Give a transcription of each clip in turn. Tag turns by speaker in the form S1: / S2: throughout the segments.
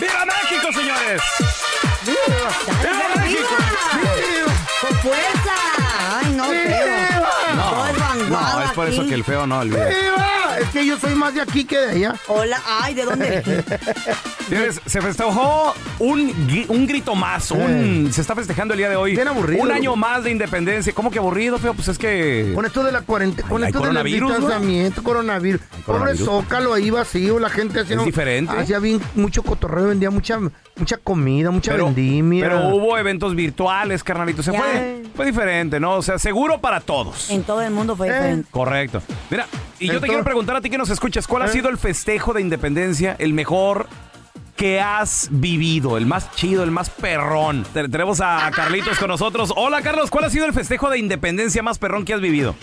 S1: ¡Viva México, señores!
S2: ¡Viva, ¡Viva México! ¡Viva! ¡Con fuerza! ¡Ay, no, feo! Todo es vanguardo
S1: No, es por
S2: aquí.
S1: eso que el feo no olvida.
S3: ¡Viva! Es que yo soy más de aquí que de allá.
S2: Hola, ay, ¿de dónde?
S1: Señores, se festejó un, gui- un grito más, un, se está festejando el día de hoy.
S3: Bien aburrido.
S1: Un año más de independencia. ¿Cómo que aburrido, feo? Pues es que...
S3: Con esto de la cuarentena, con
S1: Ay,
S3: esto
S1: hay
S3: del
S1: coronavirus, güey.
S3: distanciamiento, coronavirus. Pobre
S1: coronavirus.
S3: zócalo ahí vacío, la gente haciendo.
S1: diferente.
S3: Hacía bien mucho cotorreo, vendía mucha, mucha comida, mucha
S1: Pero,
S3: vendimia.
S1: pero hubo eventos virtuales, carnalito. Se
S2: Ya.
S1: fue, fue diferente, ¿no? O sea, seguro para todos.
S2: en todo el mundo
S1: Eh.
S2: fue diferente.
S1: Correcto. Mira, y yo te
S3: Entonces-
S1: quiero preguntar a ti que nos escuchas, ¿cuál ha
S3: ¿Eh?
S1: sido el festejo de independencia, el mejor que has vivido, el más chido, el más perrón? Te- Tenemos a Carlitos con nosotros. Hola, Carlos, ¿cuál ha sido el festejo de independencia más perrón que has vivido?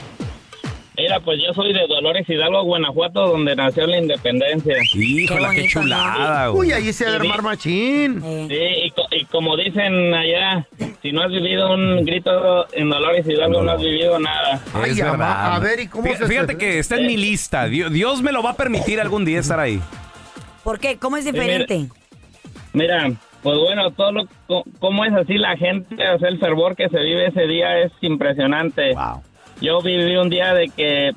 S4: Mira, pues yo soy de Dolores Hidalgo, Guanajuato, donde nació la independencia.
S1: Híjole, qué,
S2: bonito,
S1: chulada, güey.
S3: Uy, ahí se va a armar machín.
S2: Eh,
S4: Sí, y, co- y como dicen allá, si no has vivido un grito en Dolores Hidalgo, no has vivido nada.
S3: Ay,
S1: Es
S3: ama-
S1: verdad.
S3: a ver, ¿y cómo
S1: Fí-
S3: se-
S1: Fíjate que está en mi lista. Dios, Dios me lo va a permitir algún día estar ahí.
S2: ¿Por qué? ¿Cómo es diferente?
S4: Mira, pues bueno, todo lo, co- cómo es así la gente, o sea, el fervor que se vive ese día es impresionante.
S1: Wow.
S4: Yo viví un día de que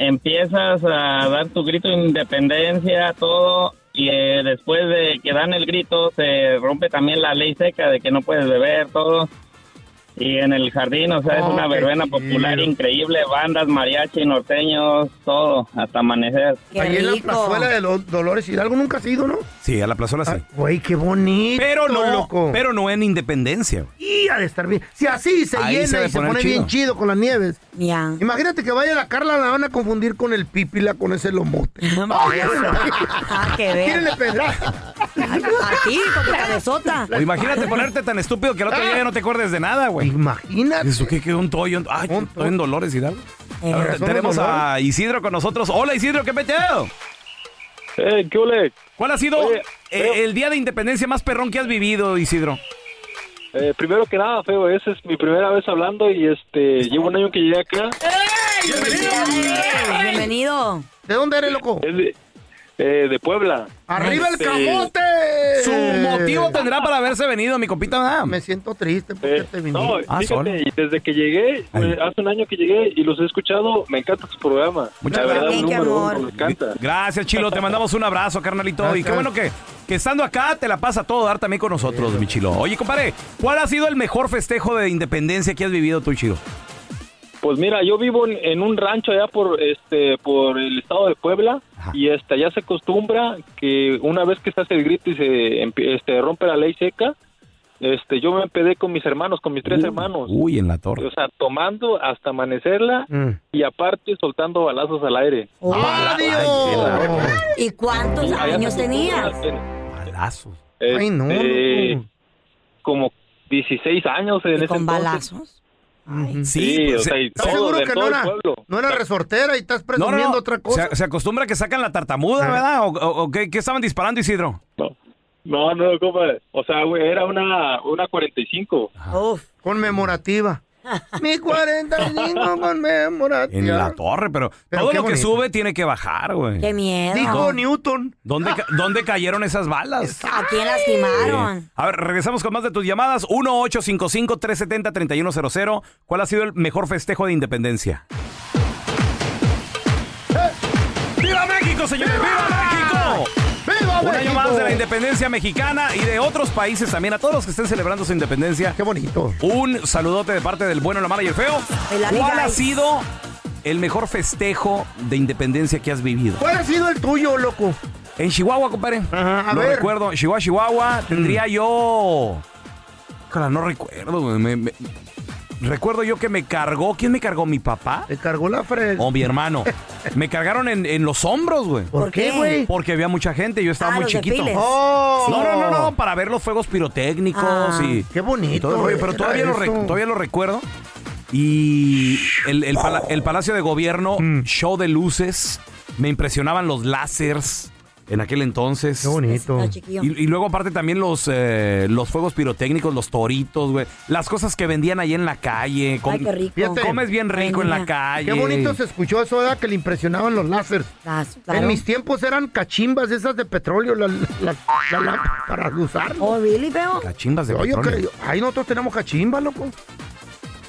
S4: empiezas a dar tu grito de independencia, todo, y eh, después de que dan el grito se rompe también la ley seca de que no puedes beber, todo. Y en el jardín, o sea, es
S3: Oh,
S4: una
S3: qué
S4: verbena
S3: chido.
S4: popular increíble, bandas, mariachi, norteños, todo, hasta amanecer.
S2: ¡Qué
S3: ahí en la
S2: rico!
S3: plazuela de los Dolores Hidalgo nunca has ido, ¿no?
S1: Sí, a la plazola sí.
S3: Ay, Ah, Güey, qué bonito.
S1: Pero no,
S3: loco.
S1: pero no en independencia. güey.
S3: Y ha de estar bien. Si así se
S1: Ahí
S3: llena
S1: se ha de
S3: y se
S1: poner
S3: pone
S1: chido.
S3: bien chido con las nieves.
S2: Ya.
S3: Imagínate que vaya la Carla, la van a confundir con el pipila, con ese lomote.
S2: Ah, que ver.
S3: Tírenle pedrada.
S2: A ti, con tu cabezota.
S1: O imagínate ponerte tan estúpido que el otro día ya no te acuerdes de nada, güey.
S3: Imagínate.
S1: Eso que un toyo. un- Ay,
S3: Un
S1: un toyo
S3: toy.
S1: en Dolores Hidalgo.
S2: Eh,
S1: A ver,
S3: razón,
S1: tenemos
S3: Dolores.
S1: a Isidro con nosotros. Hola Isidro, ¿qué peteo?
S5: Eh, ¿Qué ole?
S1: ¿Cuál ha sido
S5: Oye,
S1: eh,
S5: feo.
S1: el día de independencia más perrón que has vivido, Isidro?
S5: Eh, primero que nada, feo, esa es mi primera vez hablando y este llevo un año que llegué acá.
S2: Bienvenido. Bienvenido.
S3: ¿De dónde eres, loco?
S5: Es de, eh, de Puebla.
S3: ¡Arriba el
S5: Este,
S3: camote!
S1: Su motivo tendrá para haberse venido, mi compita. Ah,
S3: Me siento triste porque
S5: Eh,
S3: te viniste.
S5: no,
S1: Ah, solo.
S5: fíjate, y desde que llegué,
S1: Ay.
S5: eh, hace un año que llegué y los he escuchado, me encanta su programa.
S1: Muchas
S5: La
S1: gracias.
S5: verdad,
S2: Ay, qué
S5: número
S2: amor.
S5: uno, me encanta.
S1: Gracias, Chilo. Te mandamos un abrazo, carnalito. Y qué
S3: Gracias.
S1: bueno que, que estando acá te la pasa todo dar también con nosotros, mi Chilo. Oye, compadre, ¿cuál ha sido el mejor festejo de independencia que has vivido tú, Chilo?
S5: Pues mira, yo vivo en, en un rancho allá por este por el estado de Puebla
S1: Ajá.
S5: y este allá se acostumbra que una vez que se hace el grito y se empie- este, rompe la ley seca, este yo me empedé con mis hermanos, con mis tres
S3: Uh,
S5: hermanos,
S1: Uy, en la torre.
S5: o sea, tomando hasta amanecerla
S3: Mm. Ah,
S5: y aparte soltando balazos al aire.
S3: ¡Adiós!
S2: ¿Y cuántos
S5: Allá se
S2: años tenías?
S5: acostumbra,
S1: Balazos.
S5: eh,
S3: Ay, no,
S5: eh,
S3: loco.
S5: como 16 años en
S2: ¿Y
S5: ese
S2: con
S5: entonces.
S2: balazos?
S3: Ujú.
S1: Sí,
S5: Sí, o
S1: pues,
S5: sea, y
S3: ¿Estás
S5: todo,
S3: seguro
S5: de
S3: que
S5: todo
S3: no
S5: el
S3: era,
S5: pueblo.
S3: no era resortera y estás
S1: No,
S3: presumiendo
S1: no, no.
S3: otra cosa? Eh.
S1: Se, se acostumbra que sacan la tartamuda, ¿verdad? ¿O, o- o qué, qué estaban disparando, Isidro?
S5: No, no, no, compadre. O sea, güey, era una, una 45.
S3: Ah.
S2: Ah. Uf.
S3: Conmemorativa. Mi 45 conmemorativa.
S1: En la torre, pero,
S3: Pero
S1: todo
S3: qué
S1: lo que
S3: bonito.
S1: sube tiene que bajar,
S2: Qué
S1: güey.
S2: miedo.
S3: Dijo Newton.
S1: ¿Dónde, ca- ¿Dónde cayeron esas balas?
S2: ¿A quién lastimaron?
S1: A ver, regresamos con más de tus llamadas. 1-855-370-3100. ¿Cuál ha sido el mejor festejo de independencia? ¡Eh! ¡Viva México, señores! ¡Viva México!
S3: ¡Viva
S1: Un año
S3: México!
S1: más de la independencia mexicana y de otros países también. A todos los que estén celebrando su independencia,
S3: ¡Qué bonito!
S1: Un saludote de parte del bueno, la mala y el feo.
S2: El Ali
S1: ¿Cuál ha
S2: Guys.
S1: sido el mejor festejo de independencia que has vivido?
S3: ¿Cuál ha sido el tuyo, loco?
S1: En Chihuahua, compadre.
S3: Ajá, a
S1: no
S3: ver. Mm.
S1: recuerdo. En Chihuahua, Chihuahua, tendría yo. Híjole, no recuerdo, güey. Me- me- recuerdo yo que me cargó. ¿Quién me cargó? ¿Mi papá?
S3: Te cargó la fresa.
S1: O mi hermano. Me cargaron en, en los hombros, güey.
S3: ¿Por qué, güey?
S1: Porque había mucha gente, yo estaba
S2: Ah,
S1: muy
S2: los
S1: chiquito.
S2: desfiles.
S3: ¡Oh!
S1: No, no, no, no, para ver los fuegos pirotécnicos
S2: Ah,
S1: y.
S3: qué bonito,
S1: y todo el rollo, pero
S3: era
S1: todavía lo, re-
S3: eso.
S1: todavía lo recuerdo. Y el, el pala- el Palacio de Gobierno,
S3: Mm.
S1: show de luces. Me impresionaban los láseres en aquel entonces.
S3: Qué bonito.
S2: Está chiquillo.
S1: Y, y luego aparte también los, eh, los fuegos pirotécnicos, los toritos, güey. Las cosas que vendían ahí en la calle.
S2: Ay, qué rico.
S3: Fíjate.
S1: Comes bien rico
S2: Ay,
S1: en la
S2: niña.
S1: calle.
S3: Qué bonito se escuchó eso, ¿verdad? Que le impresionaban los láseres.
S2: Las- claro.
S3: En mis tiempos eran cachimbas esas de petróleo, la, la- la- la- para usar.
S2: Oh, really, feo.
S1: Cachimbas de
S3: Oye,
S1: petróleo.
S3: que- ahí nosotros tenemos cachimba, loco.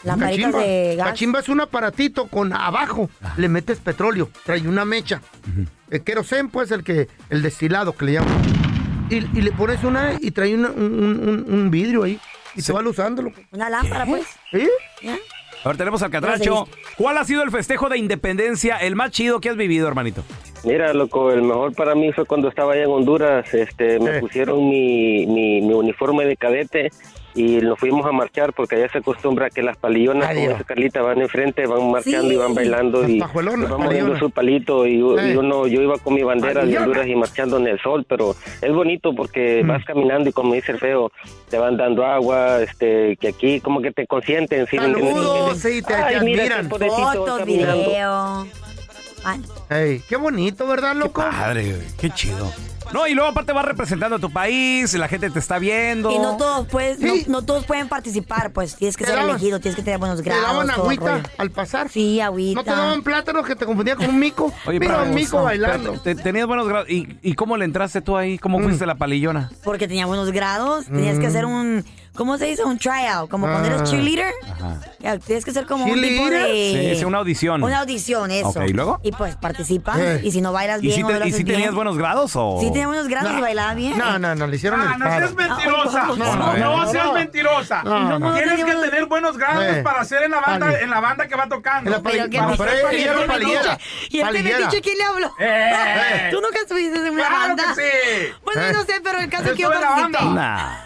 S2: Las maritas de gas.
S3: Cachimba es un aparatito con abajo, le metes petróleo, trae una mecha. El querosén, pues, el que, el destilado que le llaman. Y, y le pones una y trae una- un, un- un vidrio ahí. Y se va usándolo.
S2: Una lámpara, pues.
S3: ¿Eh?
S2: ¿ya?
S1: A ver, tenemos al Catracho. ¿Cuál ha sido el festejo de independencia, el más chido que has vivido, hermanito?
S6: Mira, loco, el mejor para mí fue cuando estaba allá en Honduras. Este, me
S3: Eh.
S6: pusieron mi, mi, mi uniforme de cadete y nos fuimos a marchar porque allá se acostumbra que las palillonas,
S3: Ay,
S6: como
S3: Dios.
S6: dice Carlita, van enfrente, van marchando
S2: Sí.
S6: y van bailando
S3: Las
S6: y,
S3: pajuelonas,
S6: y van
S3: palillonas.
S6: moviendo su palito. Y, yo-
S3: Eh.
S6: y uno, yo iba con mi bandera de
S3: Palillonas. Mm.
S6: Honduras y marchando en el sol, pero es bonito porque vas caminando y como dice el feo, te van dando agua, este, que aquí como que te consienten. sí,
S3: Saludos,
S6: ¿me entiendes?
S3: sí, te, te
S6: Ay, mira, qué
S3: admiran.
S6: pobrecito va
S2: Fotos,
S6: caminando.
S2: video. Ah,
S3: Ey, qué bonito, ¿verdad, loco?
S1: Padre, güey, qué chido. No, y luego aparte vas representando a tu país, la gente te está viendo.
S2: Y no todos, pues, no,
S3: Sí.
S2: no todos pueden participar, pues. Tienes que
S3: Te
S2: ser
S3: daban-
S2: elegido, tienes que tener buenos
S3: Te
S2: grados.
S3: daban
S2: todo el
S3: agüita
S2: rollo.
S3: al pasar.
S2: Sí, agüita.
S3: No te daban plátanos que te confundían con un mico. Mira,
S1: pero-
S3: un mico
S2: pero-
S3: bailando. Mm.
S1: pero te- te- tenías buenos grados. ¿Y, y cómo le entraste tú ahí? ¿Cómo fuiste la palillona?
S2: Porque tenía buenos grados, tenías que hacer un, ¿cómo se dice? Un tryout, como cuando eres
S3: Ah.
S2: cheerleader. Ya, Tienes que ser como un tipo
S3: ¿Cheerleader?
S2: de...
S1: Sí, sí, una audición.
S2: Una audición, eso.
S1: Ok, ¿y luego?
S2: pues participas
S3: Eh.
S2: y si no bailas
S1: ¿Y
S2: bien
S1: si,
S2: o
S1: te-
S2: no lo
S1: y
S2: haces
S1: si tenías
S2: bien-
S1: buenos grados o...?
S2: Sí tenía buenos grados y bailaba bien.
S3: No, no, no, le hicieron
S7: Ah,
S3: el paro.
S2: mentirosa.
S1: No, no, no,
S3: no. seas
S7: mentirosa.
S3: No, no,
S2: Tienes que tener
S7: buenos
S3: grados Eh. para
S7: ser en la
S3: banda- Vale. en
S7: la banda que va tocando.
S3: Era
S2: Pero que
S3: Para-
S2: me-
S3: para-
S2: pero
S3: ella era
S2: que me
S3: palillera,
S2: dice- ¿Y este
S3: palillera.
S2: metiche quién le habló?
S7: Eh.
S2: ¿Tú nunca estuviste en una
S7: Claro que
S2: banda?
S7: sí.
S2: Bueno,
S3: Eh.
S2: no sé, pero el caso
S7: Yo
S2: es que yo
S7: estuve en la
S2: participé.
S7: banda.
S1: Nah.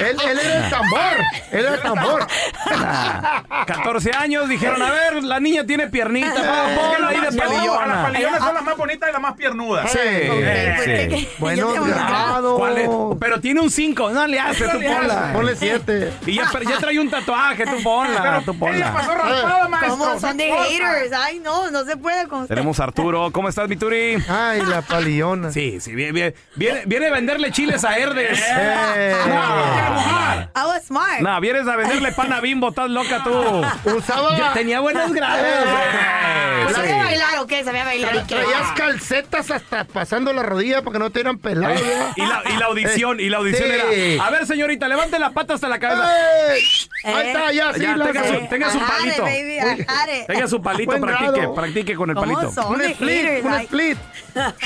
S3: Él, él era el tambor. Él era el tambor.
S1: 14 años, dijeron, a ver, la niña tiene piernita, va, ponla ahí de
S7: Las palillonas, las
S1: palillona.
S7: palillonas son las más bonitas y las más piernudas.
S1: Sí,
S2: Ok, pues,
S1: sí.
S2: ¿qué- qué?
S3: Buenos
S2: Yo tengo unos grados.
S3: grados.
S1: ¿Cuál es? Pero tiene un 5, no le hace, tú ponla.
S3: Ponle siete.
S1: Y ya, pero ya trae un tatuaje, tú ponla, tú
S7: Ella
S1: ponla.
S7: pasó
S3: Eh.
S7: raspada, maestro.
S2: ¿Cómo son de
S7: No importa.
S2: haters? Ay, no, no se puede con usted.
S1: Tenemos a Arturo, ¿cómo estás, mi Turi?
S3: Ay, la palillona.
S1: Sí, sí, bien, bien. Viene, viene a venderle chiles a Herdes.
S3: Eh,
S2: I was smart.
S1: No, vienes a venderle pan a Bimbo, estás loca tú.
S3: Usaba. Eh.
S1: Ya tenía buenos
S2: Pero
S1: grados.
S2: Ah, sabía
S1: güey. Sí.
S2: bailar o qué? ¿Sabía bailar y qué?
S3: Traías calcetas hasta pasando la rodilla para que no te dieran pelado. ¿verdad?
S1: Y la, y la audición, y la audición
S3: Sí.
S1: era. A ver, señorita, levante la pata hasta la cabeza.
S3: ¡Ey! Ahí está, ya sí.
S1: Ya,
S3: la-
S1: tenga su- tenga su
S2: Eh. Ajá,
S1: palito.
S2: baby, ajá, de-
S1: Tenga su palito,
S3: Buen
S1: practique,
S3: grado.
S1: practique con el
S2: ¿Cómo
S1: palito.
S2: son?
S3: Un
S2: de
S3: split,
S2: haters,
S3: un
S2: ay.
S3: split.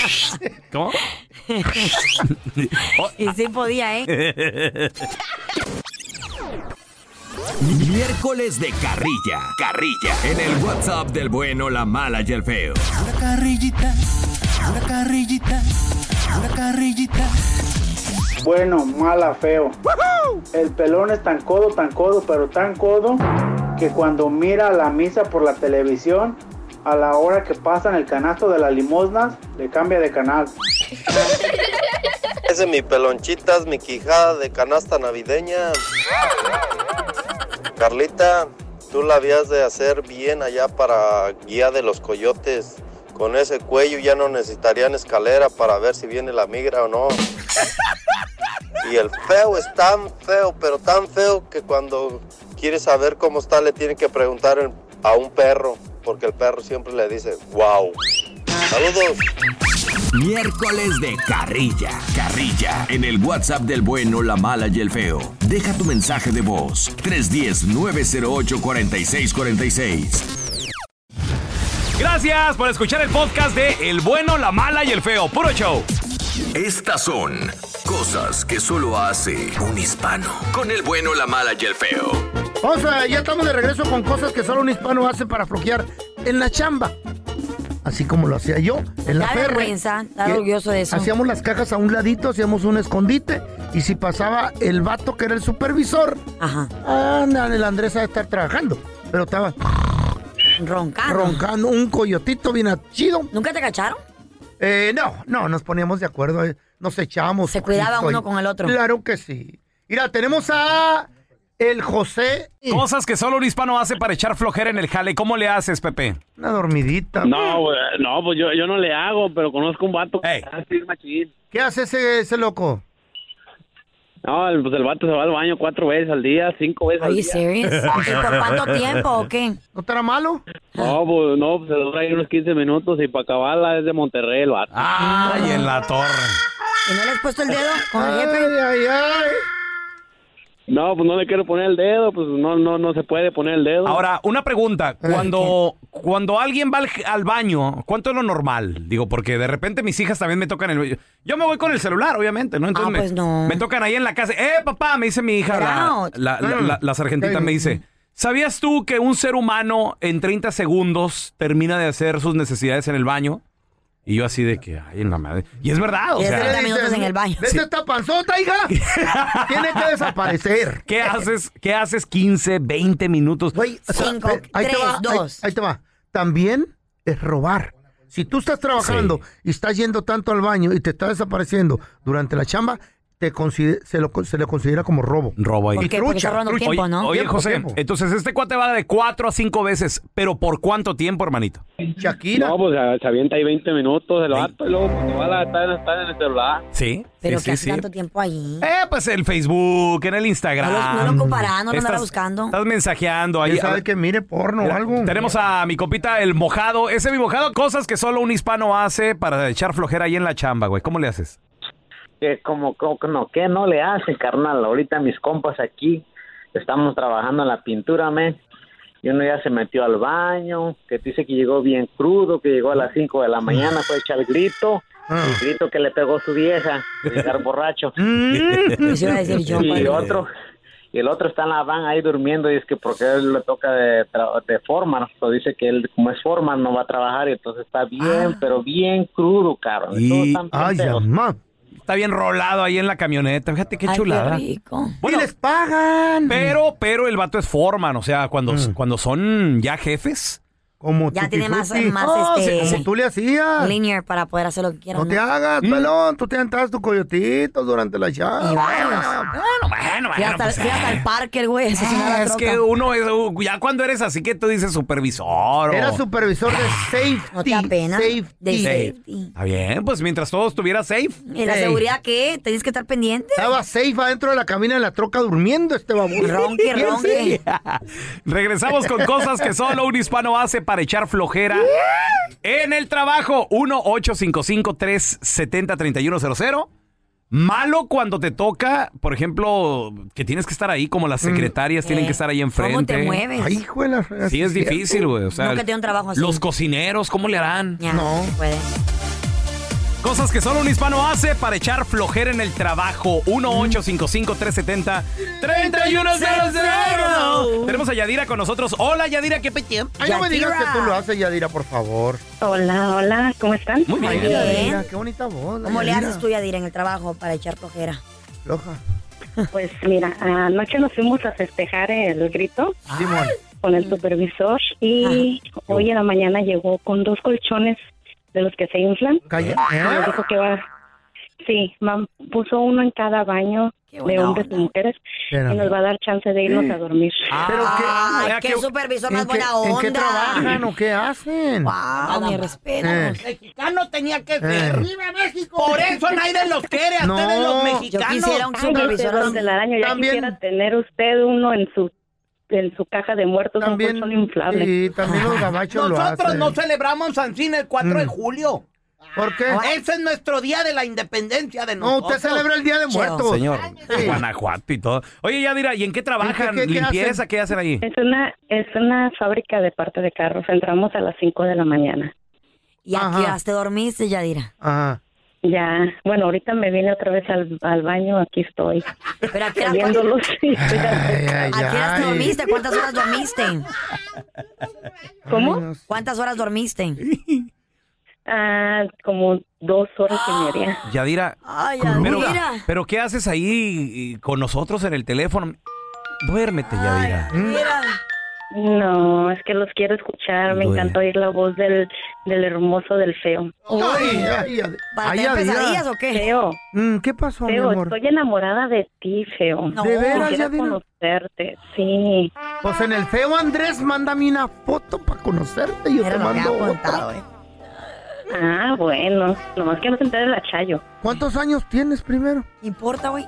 S1: ¿Cómo? Oh,
S2: Y sí podía, ¿eh?
S8: Miércoles de carrilla. Carrilla. En el WhatsApp del bueno, la mala y el feo.
S9: Una carrillita, una carrillita, una carrillita.
S10: Bueno, mala, feo. El pelón es tan codo, tan codo, pero tan codo que cuando mira la misa por la televisión, a la hora que pasan el canasto de las limosnas, le cambia de canal.
S11: Ese es mi pelonchitas, mi quijada de canasta navideña. Carlita, tú la habías de hacer bien allá para guía de los coyotes. Con ese cuello ya no necesitarían escalera para ver si viene la migra o no. Y el feo es tan feo, pero tan feo que cuando quiere saber cómo está le tiene que preguntar en- a un perro, porque el perro siempre le dice, wow. Saludos.
S8: Miércoles de carrilla. Carrilla. En el WhatsApp del bueno, la mala y el feo. Deja tu mensaje de voz. 310-908-4646.
S1: Gracias por escuchar el podcast de El Bueno, la Mala y el Feo. Puro show.
S8: Estas son cosas que solo hace un hispano. Con el bueno, la mala y el feo.
S3: Vamos a, ya estamos de regreso con cosas que solo un hispano hace para floquear en la chamba. Así como lo hacía yo, en la
S2: Da
S3: perra.
S2: vergüenza, da orgulloso de eso.
S3: Hacíamos las cajas a un ladito, hacíamos un escondite Y si pasaba el vato que era el supervisor,
S2: Ajá.
S3: anda, el Andrés ha de estar trabajando. Pero estaba
S2: roncando.
S3: Roncando, un coyotito bien chido.
S2: ¿Nunca te cacharon?
S3: Eh, no, no, nos poníamos de acuerdo, eh, nos echábamos. Se
S2: cuidaba uno con el otro.
S3: Claro que sí. Mira, tenemos a el José.
S1: Cosas que solo un hispano hace para echar flojera en el jale. ¿Cómo le haces, Pepe?
S3: Una dormidita.
S12: No, güey, no, pues yo, yo no le hago, pero conozco un vato. que hace machín.
S3: ¿Qué hace ese, ese loco?
S12: No, el- pues el vato se va al baño cuatro veces al día, cinco veces al
S2: Oye,
S12: día.
S2: serious? ¿Y por cuánto tiempo o qué?
S3: ¿No estará malo?
S12: No, pues no, pues se dura ahí unos 15 minutos y para acabarla es de Monterrey el vato.
S1: Ay, en la torre.
S2: ¿Y no le has puesto el dedo con el jefe?
S3: Ay, ay, ay.
S12: No, pues no le quiero poner el dedo, pues no, no, no se puede poner el dedo.
S1: Ahora, Ah, una pregunta. Cuando, cuando alguien va al, al baño, ¿cuánto es lo normal? Digo, porque de repente mis hijas también me tocan el... Yo me voy con el celular, obviamente, ¿no? Entonces
S2: Ah,
S1: me,
S2: pues no.
S1: me tocan ahí en la casa. ¡Eh, papá! Me dice mi hija, la,
S2: Out.
S1: la, la- la- la sargentita me
S2: Mm.
S1: dice... ¿Sabías tú que un ser humano en 30 segundos termina de hacer sus necesidades en el baño? Y yo así de que, ay, en la madre. Y es
S3: Ah,
S1: verdad, o
S2: Y es
S1: sea.
S2: verdad, mi Minutos en el baño.
S3: ¿Ves
S1: Sí.
S3: esta panzota, hija? Tiene que desaparecer.
S1: ¿Qué haces? ¿Qué haces 15, 20 minutos?
S3: Cinco, Ahí, ahí te va. También es robar. Si tú estás trabajando y estás yendo tanto al baño y te está desapareciendo durante la chamba, te consider- se, lo, con- se le considera como robo.
S1: Robo ahí.
S3: Y trucha. trucha.
S1: Oye, Oye, José, entonces este cuate va de cuatro a cinco veces, pero ¿por cuánto tiempo, hermanito?
S3: Shakira.
S12: No, pues se- se avienta ahí 20 minutos el vato y luego pues. cuando va a la está, en- está en el celular.
S1: Sí,
S2: Pero
S1: sí,
S2: que
S1: sí,
S2: hace
S1: sí.
S2: tanto tiempo ahí.
S1: Eh, pues el Facebook, en el Instagram.
S2: No lo- no lo ocupará, no lo andará
S1: Estás-
S2: buscando.
S1: Estás mensajeando ahí.
S3: ¿Quién sabe que mire porno o
S1: Mira,
S3: algo?
S1: Tenemos a mi copita el mojado. Ese mi mojado, cosas que solo un hispano hace para echar flojera ahí en la chamba, güey. ¿Cómo le haces?
S13: que como, como no, que no le hacen, carnal. Ahorita mis compas aquí estamos trabajando en la pintura, men. Y uno ya se metió al baño, que dice que llegó bien crudo, que llegó a las 5 de la mañana, fue a echar el grito, el grito que le pegó su vieja, de llegar borracho.
S2: Eso iba a decir yo,
S13: y
S2: padre.
S13: otro, y el otro está en la van ahí durmiendo y es que porque él le toca de, tra- de forma, o dice que él como es forma no va a trabajar y entonces está bien, pero bien crudo, cabrón.
S12: Pues,
S13: Y todos están bien pedos.
S1: Está bien rolado ahí en la camioneta. Fíjate qué
S13: Ay, qué
S1: chulada.
S13: rico.
S1: Bueno,
S3: les pagan.
S1: Pero, pero el vato es foreman, o sea, cuando, cuando son ya jefes.
S3: Mm. Como
S2: Ya tiene más,
S3: Tutti-frutti.
S2: más
S3: Oh,
S2: este,
S3: sí, como tú le hacías.
S2: Linear para poder hacer lo que quieras.
S3: No te hagas,
S1: Mm.
S3: pelón. Tú te entras tu coyotito durante la chamba.
S2: Y varios.
S1: Bueno, Ah,
S2: Fui hasta, fui hasta el parque, el güey. asesinó a la
S1: es
S2: troca.
S1: que uno es, uh, ya cuando eres así que tú dices supervisor. o-
S3: Era supervisor de safety.
S2: No te apena. De
S1: Sí.
S2: safety.
S1: Está bien, pues mientras todo estuviera safe.
S2: ¿Y la seguridad qué? ¿Tenías que estar pendiente?
S3: Estaba safe adentro de la cabina de la troca durmiendo este baboso.
S2: Ronque,
S3: Bien
S2: ronque.
S3: serio.
S1: Regresamos con cosas que solo un hispano hace para echar flojera en el trabajo. 1-855-370-3100. Malo cuando te toca, por ejemplo, que tienes que estar ahí, como las secretarias tienen
S2: Eh,
S1: que estar ahí
S2: ¿cómo te
S1: enfrente.
S2: mueves? Ay,
S3: Mm. hijo de la
S1: Sí, es difícil, güey. O sea,
S2: Nunca tenía un trabajo así.
S1: los cocineros, ¿cómo le harán?
S2: Ya, no. puede.
S1: Cosas que solo un hispano hace para echar flojera en el trabajo. 1-855-370-3100. Tenemos a Yadira con nosotros. Hola, Yadira, ¿qué petión?
S3: Ay, no me digas que tú lo haces, Yadira, por favor.
S14: Hola, hola, ¿cómo están?
S1: Muy
S3: Ay,
S2: bien.
S3: Yadira, qué bonita voz. la
S2: ¿Cómo le
S3: Yadira.
S2: haces tú, Yadira, en el trabajo para echar cojera?
S3: Loja.
S14: Pues mira, anoche nos fuimos a festejar el grito
S3: Ah.
S14: con el supervisor y hoy en la mañana llegó con dos colchones de los que se inflan.
S3: Calla.
S14: Y nos dijo que va. Sí, mam, puso uno en cada baño de
S2: buena
S14: hombres y mujeres
S2: Espérame.
S14: y nos va a dar chance de irnos a dormir.
S2: Ay,
S3: Vea
S2: qué
S3: que-
S2: supervisor
S3: ¿en
S2: más
S3: Ah. qué-
S2: buena onda.
S3: ¿En qué trabajan o qué hacen? Ah,
S2: Wow, mi respeto.
S3: Eh.
S15: Mexicano tenía que
S3: Eh.
S15: ser. ¡Viva México! Por eso nadie los quiere, a
S3: No.
S15: ustedes los
S3: Yo
S15: mexicanos.
S14: Ay, don Telaraño, ya
S3: También-
S14: quisiera tener usted uno en su en su caja de muertos, un colchón inflable.
S3: Sí, también los gabachos lo
S15: Nosotros
S3: hacen.
S15: no celebramos Sanzín el 4 de
S3: Mm.
S15: julio.
S3: ¿Por qué?
S15: Ese es nuestro día de la independencia de
S3: No,
S15: nosotros.
S3: usted celebra el Día de Muertos.
S1: Señor, Guanajuato y todo. Oye, Yadira, ¿y en qué trabajan?
S14: ¿Qué- qué- qué
S1: ¿Limpieza?
S14: hacen?
S1: ¿Qué hacen ahí?
S14: Es una, es una fábrica de parte de carros. Entramos a las 5 de la mañana.
S2: ¿Y a qué horas te dormiste, Yadira?
S14: Ya, bueno, ahorita me vine otra vez al, al baño, aquí estoy.
S2: ¿Pero a qué horas,
S14: Viéndolos.
S2: ¿A qué horas te dormiste? ¿Cuántas horas dormiste?
S14: ¿Cómo?
S2: ¿Cuántas horas dormiste?
S14: Ah, como dos horas y media.
S1: Yadira,
S2: Ay,
S1: pero,
S2: Yadira.
S1: pero ¿qué haces ahí y- con nosotros en el teléfono? Duérmete, Yadira.
S14: No, es que los quiero escuchar. Me encanta oír la voz del, del hermoso, del feo.
S3: Ay, ay, ay. Ay, Yadira.
S14: Feo.
S3: Mm, ¿Qué pasó, mi
S14: Feo,
S3: amor?
S14: estoy enamorada de ti, feo.
S3: No. ¿De veras,
S14: Quisiera
S3: Yadira?
S14: conocerte, sí.
S3: Pues en el feo Andrés, mándame una foto para conocerte y yo te mando otra.
S2: eh.
S14: Ah, bueno. Nomás que no se entere la chayo.
S3: ¿Cuántos años tienes primero?
S2: Importa, güey.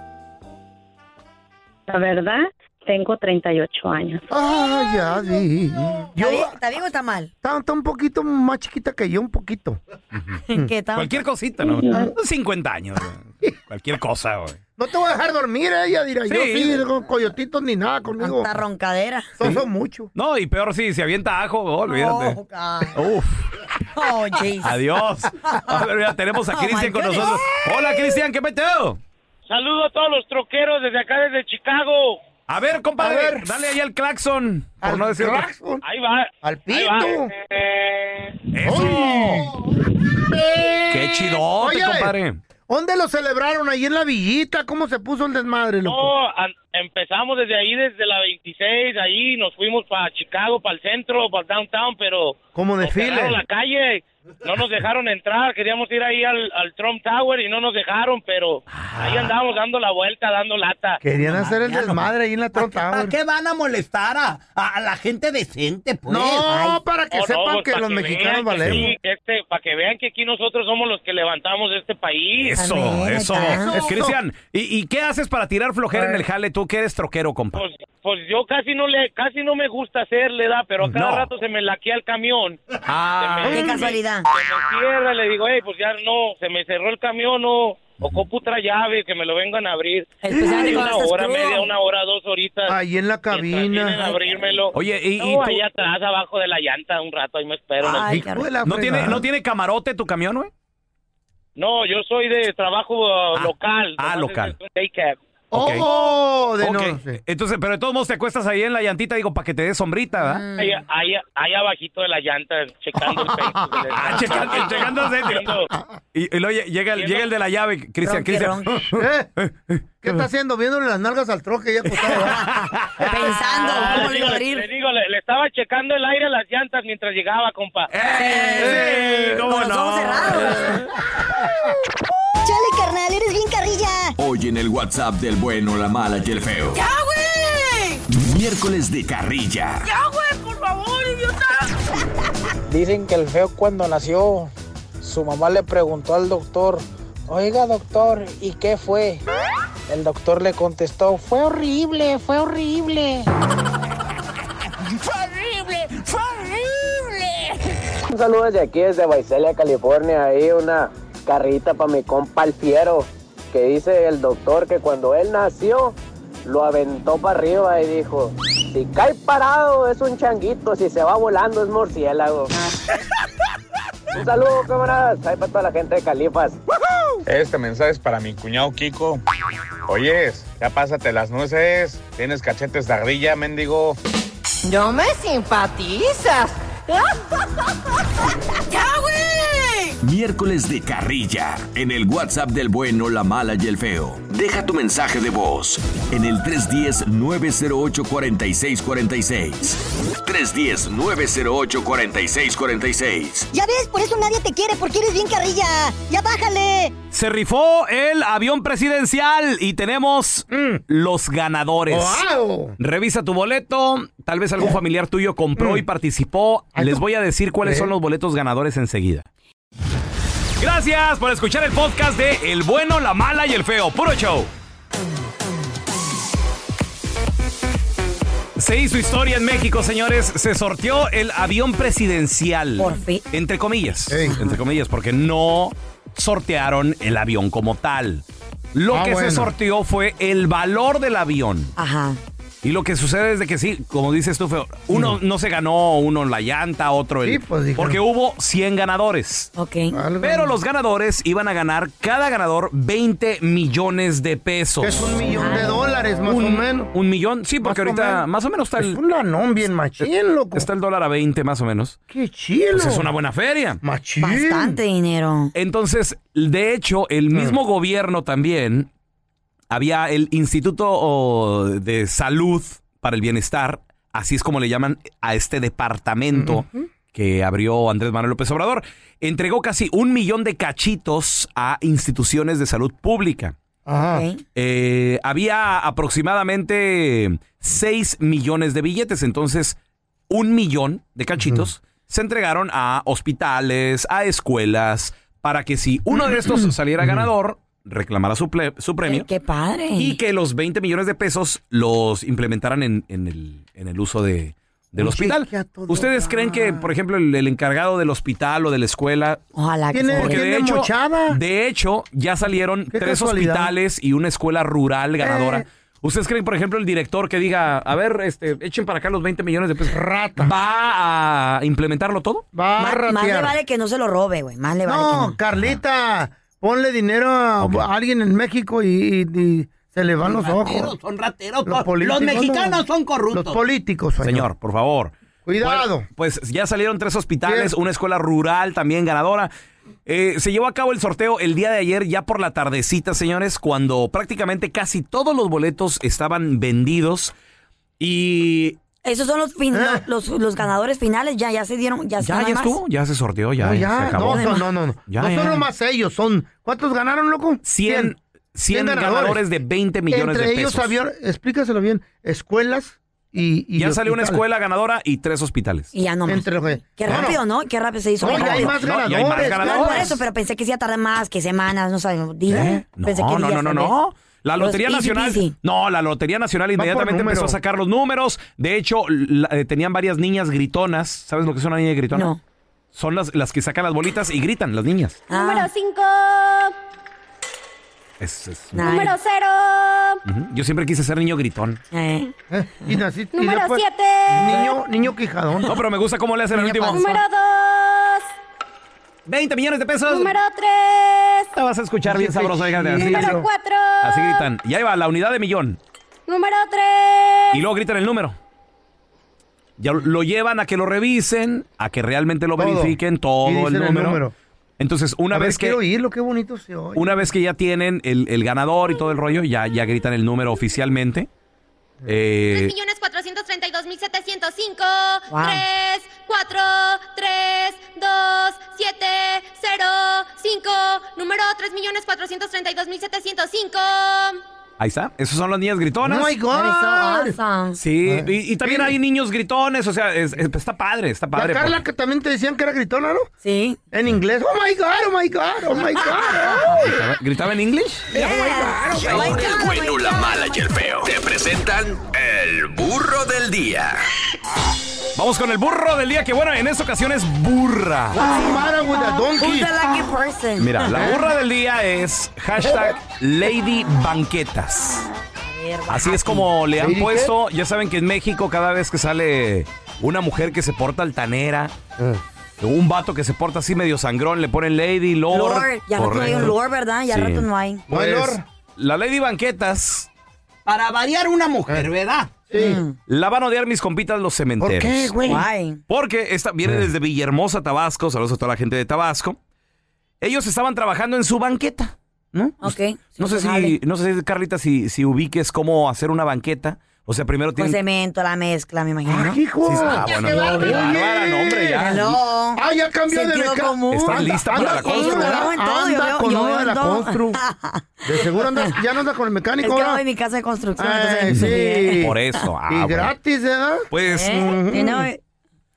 S14: La verdad, tengo 38 años.
S3: Ah, ya vi. Yo,
S2: ¿Está bien o está mal?
S3: está, está un poquito más chiquita que yo, un poquito.
S2: ¿Qué tal?
S1: Cualquier cosita, ¿no?
S3: Ujú.
S1: 50 años. güey. Cualquier cosa, güey.
S3: No te voy a dejar dormir, ella dirá. Yo
S1: Sí.
S3: sí, con coyotitos ni nada conmigo.
S2: Esta roncadera.
S3: Soso mucho.
S1: No, y peor si se avienta ajo, oh, olvídate.
S2: Oh, God.
S1: Uf,
S2: Oh, Jesus.
S1: adiós. A ver, mira, tenemos a
S16: Oh,
S1: Cristian
S16: my
S1: con
S16: goodness.
S1: nosotros. Hola, Cristian, ¿qué peteo?
S16: Saludo a todos los troqueros desde acá, desde Chicago.
S1: A ver, compadre, dale ahí al claxon. Por no decir otra-
S16: Ahí va.
S3: Al
S1: pito.
S15: Eh,
S1: ¡Eso! ¡Oh! ¡Qué chidote,
S3: Oye,
S1: compadre!
S3: ¿Dónde lo celebraron? ¿Ahí en la villita? ¿Cómo se puso el desmadre, loco?
S16: No, an- empezamos desde ahí, desde la 26, ahí nos fuimos para Chicago, para el centro, para el downtown, pero...
S3: Como
S16: nos
S3: desfile.
S16: cerraron la calle, no nos dejaron entrar, queríamos ir ahí al, al Trump Tower y no nos dejaron, pero
S1: Ah.
S16: ahí andábamos dando la vuelta, dando lata.
S3: Querían hacer el desmadre ahí en la trota.
S15: ¿Para qué van a molestar a, a- a la gente decente, pues?
S3: No, para que
S16: No, no,
S3: sepan
S16: pues,
S3: que
S16: para
S3: los
S16: vean
S3: mexicanos
S16: que
S3: valemos.
S16: sí, que este, para que vean que aquí nosotros somos los que levantamos este país.
S1: Eso, eso. Cristian, ¿y, y qué haces para tirar flojera en el jale tú que eres troquero, compa?
S16: Pues yo casi no le, casi no me gusta hacerle, da, pero a cada
S1: No.
S16: rato se me laquea el camión.
S1: Ah.
S16: Se me-
S1: Qué
S16: se me-
S1: casualidad.
S16: Se me cierra, le digo, hey, pues ya no, se me cerró el camión, no. Ocupo otra llave, que me lo vengan a abrir.
S3: Especialmente
S16: una
S3: cuando estás
S16: hora,
S3: crudo.
S16: media, una hora, dos horitas.
S3: Ahí en la
S16: Vienen a
S3: cabina.
S16: abrírmelo.
S1: Oye, y- y
S16: No,
S1: tú-
S16: ahí atrás, abajo de la llanta, un rato, ahí me espero.
S1: Ay,
S16: no,
S1: ¿No tiene, ¿No tiene camarote tu camión, güey?
S16: No, yo soy de trabajo uh, local.
S1: ah,
S16: nomás
S1: local.
S16: es un daycare.
S1: Ok.
S3: Oh, de
S1: Ok.
S3: no-
S1: Entonces, pero de todos modos te acuestas ahí en la llantita, digo, para que te dé sombrita, ¿verdad?
S16: Ahí, ahí, ahí abajito de la llanta, checando el Facebook.
S1: Ah, checando- checando el Facebook. Y, y luego lle- llega el, llega el de la llave, Cristian, Cristian.
S3: ¿Eh? ¿Qué está haciendo? Viéndole las nalgas al troque ya acostado.
S2: Pensando
S16: Ah, le digo, le, le digo, le- le estaba checando el aire a las llantas mientras llegaba, compa.
S1: ¡Eh! ¿Cómo no?
S17: Chale, carnal, eres bien carrilla.
S8: Hoy en el WhatsApp del bueno, la mala y el feo.
S17: ¡Ya, güey!
S8: Miércoles de carrilla.
S17: ¡Ya, güey, por favor, idiota!
S18: Dicen que el feo cuando nació, su mamá le preguntó al doctor, oiga doctor, ¿y qué fue? El doctor le contestó, fue horrible, fue horrible.
S17: ¡Fue horrible! ¡Fue horrible!
S18: Un saludo desde aquí, desde Vaiselia, California. Ahí una carrita para mi compa el fiero, que dice el doctor que cuando él nació, lo aventó para arriba y dijo, si cae parado es un changuito, si se va volando es murciélago. un saludo, camaradas. Ahí para toda la gente de Califas.
S4: Este mensaje es para mi cuñado Kiko. Oyes, ya pásate las nueces. Tienes cachetes de ardilla, mendigo.
S17: ¡No me simpatizas! ¡Ya, güey!
S8: Miércoles de carrilla. En el WhatsApp del bueno, la mala y el feo. Deja tu mensaje de voz en el 310-908-4646. 310-908-4646.
S17: Ya ves, por eso nadie te quiere, porque eres bien carrilla. ¡Ya bájale!
S1: Se rifó el avión presidencial y tenemos mm, los ganadores.
S17: ¡Wow!
S1: Revisa tu boleto. Tal vez algún familiar tuyo compró
S3: Mm.
S1: y participó. Les voy a decir
S3: Eh.
S1: cuáles son los boletos ganadores enseguida. Gracias por escuchar el podcast de El bueno, la mala y el feo. Puro show. Se hizo historia en México, señores. Se sorteó el avión presidencial. Entre comillas. Entre comillas, porque no sortearon el avión como tal. Lo
S3: Ah,
S1: que
S3: bueno.
S1: se sorteó fue el valor del avión.
S2: Ajá.
S1: Y lo que sucede es de que sí, como dices tú, Feo, uno no se ganó, uno la llanta, otro el...
S3: pues,
S1: porque hubo 100 ganadores.
S2: Ok.
S1: Pero los ganadores iban a ganar, cada ganador, 20 millones de pesos.
S3: Es un millón de dólares, más o
S1: Un-
S3: menos.
S1: Un millón, sí, porque
S3: Más o
S1: ahorita
S3: menos.
S1: más o menos está el...
S3: Es un lanón bien machín, loco.
S1: Está el dólar a 20 más o menos.
S3: Qué chido.
S1: Pues es una buena feria.
S3: Machín.
S2: Bastante dinero.
S1: Entonces, de hecho, el mismo gobierno también había el Instituto o, de Salud para el Bienestar, así es como le llaman a este departamento que abrió Andrés Manuel López Obrador, entregó casi un millón de cachitos a instituciones de salud pública. Eh, había aproximadamente 6 millones de billetes, entonces un millón de cachitos se entregaron a hospitales, a escuelas, para que si uno de estos saliera ganador, reclamara su, ple- su premio.
S2: Qué padre.
S1: Y que los 20 millones de pesos los implementaran en, en el, en el uso de, del
S3: Un
S1: hospital.
S3: cheque a todo
S1: ¿Ustedes creen que, por ejemplo, el, el encargado del hospital o de la escuela...
S2: Ojalá
S3: que Tiene-
S1: Porque de
S3: tiene
S1: hecho,
S3: mochada.
S1: de hecho, ya salieron
S3: Qué
S1: tres
S3: casualidad.
S1: hospitales y una escuela rural ganadora.
S3: Eh.
S1: ¿Ustedes creen, por ejemplo, el director que diga, a ver, este, echen para acá los 20 millones de pesos? Rata. ¿Va a implementarlo todo?
S3: Va
S2: Ma- más le vale que no se lo robe, güey. Más le vale que
S3: No,
S15: Ah.
S3: Carlita, ponle dinero a, a alguien en México y, y- y se le van los ojos.
S15: Son rateros.
S3: Los
S15: Los,
S3: políticos,
S15: mexicanos
S3: no.
S15: son corruptos.
S3: Los políticos, señor.
S1: Señor, por favor.
S3: Cuidado.
S1: Bueno, pues ya salieron tres hospitales, una escuela rural también ganadora. Eh, se llevó a cabo el sorteo el día de ayer, ya por la tardecita, señores, cuando prácticamente casi todos los boletos estaban vendidos. Y
S2: Esos son los, fin- los, los- los ganadores finales, ya, ya se dieron, ya, se
S1: Eh. ya,
S2: no hay
S1: ya
S2: más.
S1: estuvo, ya se sorteó, ya,
S3: No,
S1: eh,
S3: ya,
S1: se acabó.
S3: no, son- no, no, no.
S1: Ya, ¿Eh?
S3: no
S1: ya.
S3: son nomás ellos, son. ¿Cuántos ganaron, loco?
S1: 100, 100 ganadores de 20 millones
S3: Entre
S1: de
S3: ellos
S1: pesos.
S3: había, explícaselo bien, escuelas y. y
S1: ya salió una
S3: hospitales.
S1: escuela ganadora y tres hospitales.
S2: Y ya no más.
S3: Entre los que-
S2: Qué
S3: Bueno,
S2: rápido, ¿no? Qué rápido se hizo.
S3: No,
S2: qué
S3: ya hay
S2: rápido.
S3: más
S1: No, ya hay más
S3: ganadores.
S2: No, por
S1: ganadores.
S2: eso, pero pensé que se iba a tardar más, que semanas, no sé, días.
S1: No,
S2: pensé
S1: ¿Eh? no,
S2: que días, tal vez.
S1: no, no, no. La
S2: Los
S1: Lotería
S2: easy
S1: Nacional.
S2: peasy.
S1: No, la Lotería Nacional inmediatamente
S3: número.
S1: empezó a sacar los números. De hecho, la- eh, tenían varias niñas gritonas. ¿Sabes lo que es una niña gritona?
S2: No.
S1: Son las, las que sacan las bolitas y gritan, las niñas.
S19: Número 5.
S1: Es- es-
S19: Número 0.
S1: Ujú. Yo siempre quise ser niño gritón.
S3: Eh, y naciste- y
S19: Número
S3: después-
S19: 7.
S3: Niño, niño quijadón.
S1: No, pero me gusta cómo le hacen el último.
S19: Número 2.
S1: 20 millones de pesos.
S19: Número 3.
S1: La vas a escuchar bien sabroso. déjate, así,
S19: Número 4.
S1: así gritan. Y ahí va, la unidad de millón.
S19: Número 3.
S1: Y luego gritan el número. Ya lo- lo llevan a que lo revisen, a que realmente lo
S3: Todo.
S1: verifiquen todo el
S3: Y dicen el
S1: número.
S3: número.
S1: Entonces, una
S3: A ver,
S1: vez que
S3: Quiero oírlo, qué bonito se oye.
S1: una vez que ya tienen el, el ganador y todo el rollo, ya, ya gritan el número oficialmente. Eh,
S19: 3.432.705.
S1: Wow.
S19: 3, 4, 3, 2, 7, 0, 5. Número 3.432.705.
S1: ahí está. Esos son las niñas gritonas.
S3: Oh my God. Ah.
S1: Sí, y, y también hay niños gritones, o sea, es- es- está padre, está
S3: La
S1: padre.
S3: Carla que también te decían que era gritona, ¿no?
S2: Sí.
S3: En inglés. Oh my God, oh my God, oh my God.
S1: porque- ¿Gritaba- ¿Gritaba en inglés?
S8: El bueno, la mala y el feo. Te presentan el burro del día.
S1: Vamos con el burro del día, que bueno, en esta ocasión es burra.
S3: What's the matter with a
S2: Who's
S3: donkey?
S2: the lucky person?
S1: Mira, la burra del día es hashtag Lady Banquetas. Así es como le han
S3: ¿Lady qué?
S1: puesto, ya saben que en México cada vez que sale una mujer que se porta altanera, un vato que se porta así medio sangrón, le ponen Lady, Lord.
S2: Lord. Ya rato no hay un
S1: Correcto.
S2: Lord, ¿verdad? Ya
S1: Sí.
S2: rato no hay.
S1: Pues, la Lady Banquetas
S15: Para variar una
S1: eh,
S15: mujer, ¿verdad?
S2: Mm.
S1: la van a odiar mis compitas los cementeros.
S2: pues, Guay.
S1: Porque esta viene desde Villahermosa, Tabasco. Saludos a toda la gente de Tabasco. Ellos estaban trabajando en su banqueta, ¿no?
S2: Ok.
S1: ¿Eh? Pues, No sé si,
S2: Vale.
S1: no sé, Carlita, si, si ubiques cómo hacer una banqueta. O sea, primero
S2: Con
S1: tienen...
S2: cemento, la mezcla, me imagino. ¿no?
S1: Sí, ah, bueno, no,
S3: bárbaro!
S1: bárbara, no, hombre, ya.
S2: Hello.
S3: Ah, ya cambió de
S2: Sentido
S3: beca-
S2: común.
S1: ¿Estás
S3: Anda,
S1: lista para
S3: anda
S1: la
S3: con
S1: constru?
S3: uno de la-
S2: Yo en todo,
S3: anda
S2: yo veo-
S3: con
S2: yo
S3: uno
S2: veo
S3: de
S2: en
S3: la
S2: todo.
S3: constru. De seguro andas, ya no andas con el
S2: Es
S3: mecánico
S2: que no
S3: ahora.
S2: en mi casa de construcción.
S3: Eh,
S2: entonces,
S3: sí.
S1: Por eso. ah,
S3: y
S1: bueno.
S3: gratis, ¿verdad?
S1: Pues
S2: ¿Eh? Sí, no, eh,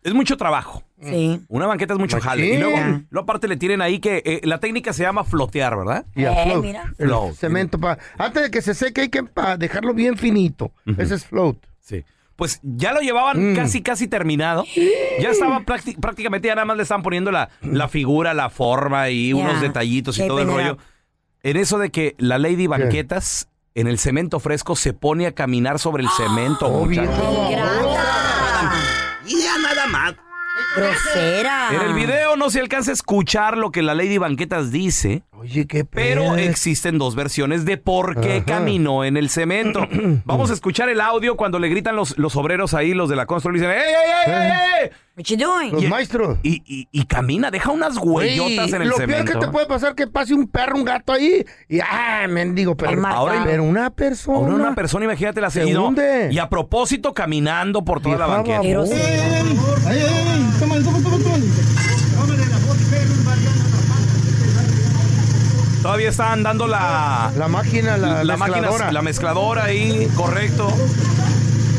S1: es mucho trabajo.
S2: Sí.
S1: Una banqueta es mucho
S3: Pues
S1: jale. Y luego,
S3: Machín.
S1: luego aparte le tienen ahí que... eh, la técnica se llama flotear, ¿verdad?
S3: Y a
S2: Eh,
S3: float.
S2: mira.
S3: El
S1: Float.
S3: cemento. pa- antes de que se seque hay que pa- dejarlo bien finito. Ese es float.
S1: Sí. Pues ya lo llevaban casi, casi terminado. Ya estaba prácti- prácticamente, ya nada más le estaban poniendo la, la figura, la forma y unos detallitos y
S2: Shape
S1: todo el
S2: it
S1: rollo.
S2: up.
S1: En eso de que la Lady Banquetas en el cemento fresco se pone a caminar sobre el cemento,
S3: Oh,
S1: muchacho.
S15: Y ya nada más.
S3: Ah.
S2: Grosera.
S1: En el video no se alcanza a escuchar lo que la Lady Banquetas dice.
S3: Oye, qué
S1: Pero existen dos versiones de por qué caminó en el cemento. Vamos a escuchar el audio cuando le gritan los, los obreros ahí, los de la construcción. ¡Ey, ey, ey, ey, ey!
S3: Eh, Los maestros.
S1: Y, y- y camina, deja unas huellotas
S3: Ey,
S1: en el
S3: lo
S1: cemento.
S3: peor que te puede pasar es que pase un perro, un gato ahí y ¡ah, mendigo perro!
S1: Ahora-
S3: pero una persona...
S1: Ahora una persona, imagínate la
S3: Se
S1: seguida.
S3: hunde.
S1: Y a propósito, caminando por toda la
S3: Vieja
S1: banqueta.
S3: babosa.
S1: Todavía está andando la.
S3: La máquina, la- la
S1: máquina,
S3: mezcladora.
S1: la mezcladora ahí, correcto.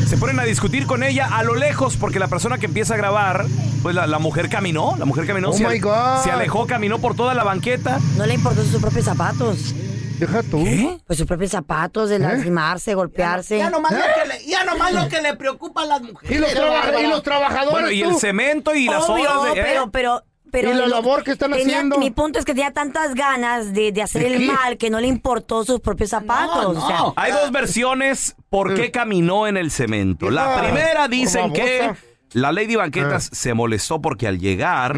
S1: Se ponen a discutir con ella a lo lejos porque la persona que empieza a grabar, pues la, la mujer caminó, la mujer caminó,
S2: Oh
S1: se,
S2: my God.
S1: se alejó, caminó por toda la banqueta.
S2: No le importó sus propios zapatos.
S3: Deja tú.
S2: Pues sus propios zapatos,
S1: ¿Eh?
S2: de lastimarse, golpearse.
S15: Ya nomás, lo, que le, ya nomás lo que le preocupa a las mujeres.
S2: Y los trabaja- y los trabajadores,
S1: Bueno, y el tú. cemento y las
S2: Obvio,
S1: horas de- ¿eh?
S2: pero, pero, pero.
S3: Y la labor que están
S2: tenía-
S3: haciendo.
S2: Mi punto es que tenía tantas ganas de, de hacer
S1: ¿De
S2: el
S1: qué?
S2: mal que no le importó sus propios zapatos. o sea,
S1: Hay dos versiones por qué caminó en el cemento. La primera dicen
S2: babosa.
S1: que la Lady Banquetas se molestó porque al llegar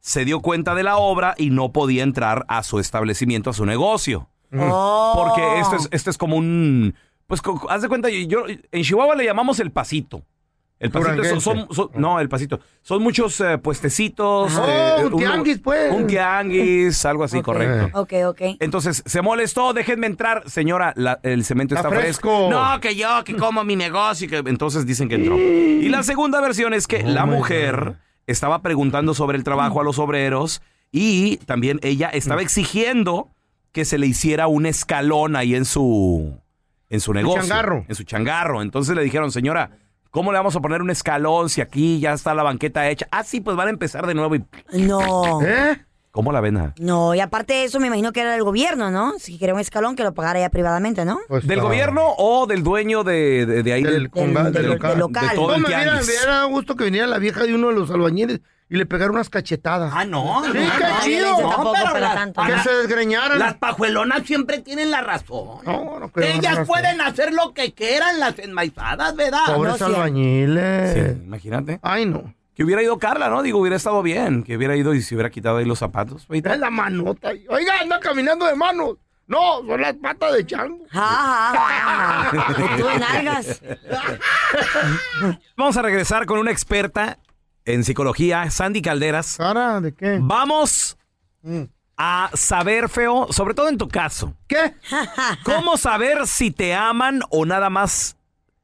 S1: se dio cuenta de la obra y no podía entrar a su establecimiento, a su negocio.
S2: Oh.
S1: Porque esto es, esto es como un... Pues co- haz de cuenta, yo, en Chihuahua le llamamos el pasito. El pasito es- son,
S3: Duranguense.
S1: son- no, el pasito. Son muchos eh, puestecitos.
S3: Oh, un
S1: lu-
S3: tianguis, pues.
S1: Un tianguis, algo así, correcto.
S2: Ok, Eh. ok.
S1: Entonces, se molestó, déjenme entrar. Señora, la- el cemento
S15: Está
S1: está,
S15: fresco.
S1: fresco. No, que yo, que como mi negocio. Que... Entonces dicen que entró. Y la segunda versión es
S3: Oh
S1: que la mujer estaba preguntando sobre el trabajo a los obreros y también ella estaba exigiendo que se le hiciera un escalón ahí en su, en su negocio.
S3: changarro.
S1: En su changarro. Entonces le dijeron, señora, ¿cómo le vamos a poner un escalón si aquí ya está la banqueta hecha? Ah, sí, pues van a empezar de nuevo y...
S2: No.
S3: ¿Eh?
S1: ¿Cómo la ven? ah?
S2: No, y aparte de eso, me imagino que era del gobierno, ¿no? Si quería un escalón, que lo pagara ya privadamente, ¿no?
S1: ¿Del gobierno o del dueño de, de, de ahí? Del,
S3: conga- Pues del local.
S1: de todo el
S3: me hubiera-
S1: tianguis.
S3: me hubiera gusto que viniera la vieja de uno de los albañiles y le pegara unas cachetadas.
S15: Ah, no.
S1: Oh,
S3: Sí,
S15: no,
S3: qué
S15: no,
S3: chido.
S15: no, pero
S3: para
S15: las-
S3: Que
S15: para-
S3: se desgreñaran.
S15: Las pajuelonas siempre tienen la razón.
S3: creo que
S15: Ellas
S3: razón.
S15: pueden hacer lo que quieran las enmaizadas, ¿verdad?
S3: Pobres
S15: No, sí.
S3: albañiles.
S1: Imagínate.
S3: Ay, no.
S1: Que hubiera ido Carla, ¿no? Digo, hubiera estado bien. Que hubiera ido y se hubiera quitado ahí los zapatos. güey.
S3: Mira la manota. ahí. Oiga, anda caminando de manos. No, son las patas de chango. Ah.
S1: Vamos a regresar con una experta en psicología, Sandy Calderas.
S3: ¿Cara de qué? Mm.
S1: Vamos a saber, feo, sobre todo en tu caso.
S3: ¿Qué?
S1: ¿Cómo saber si te aman o nada más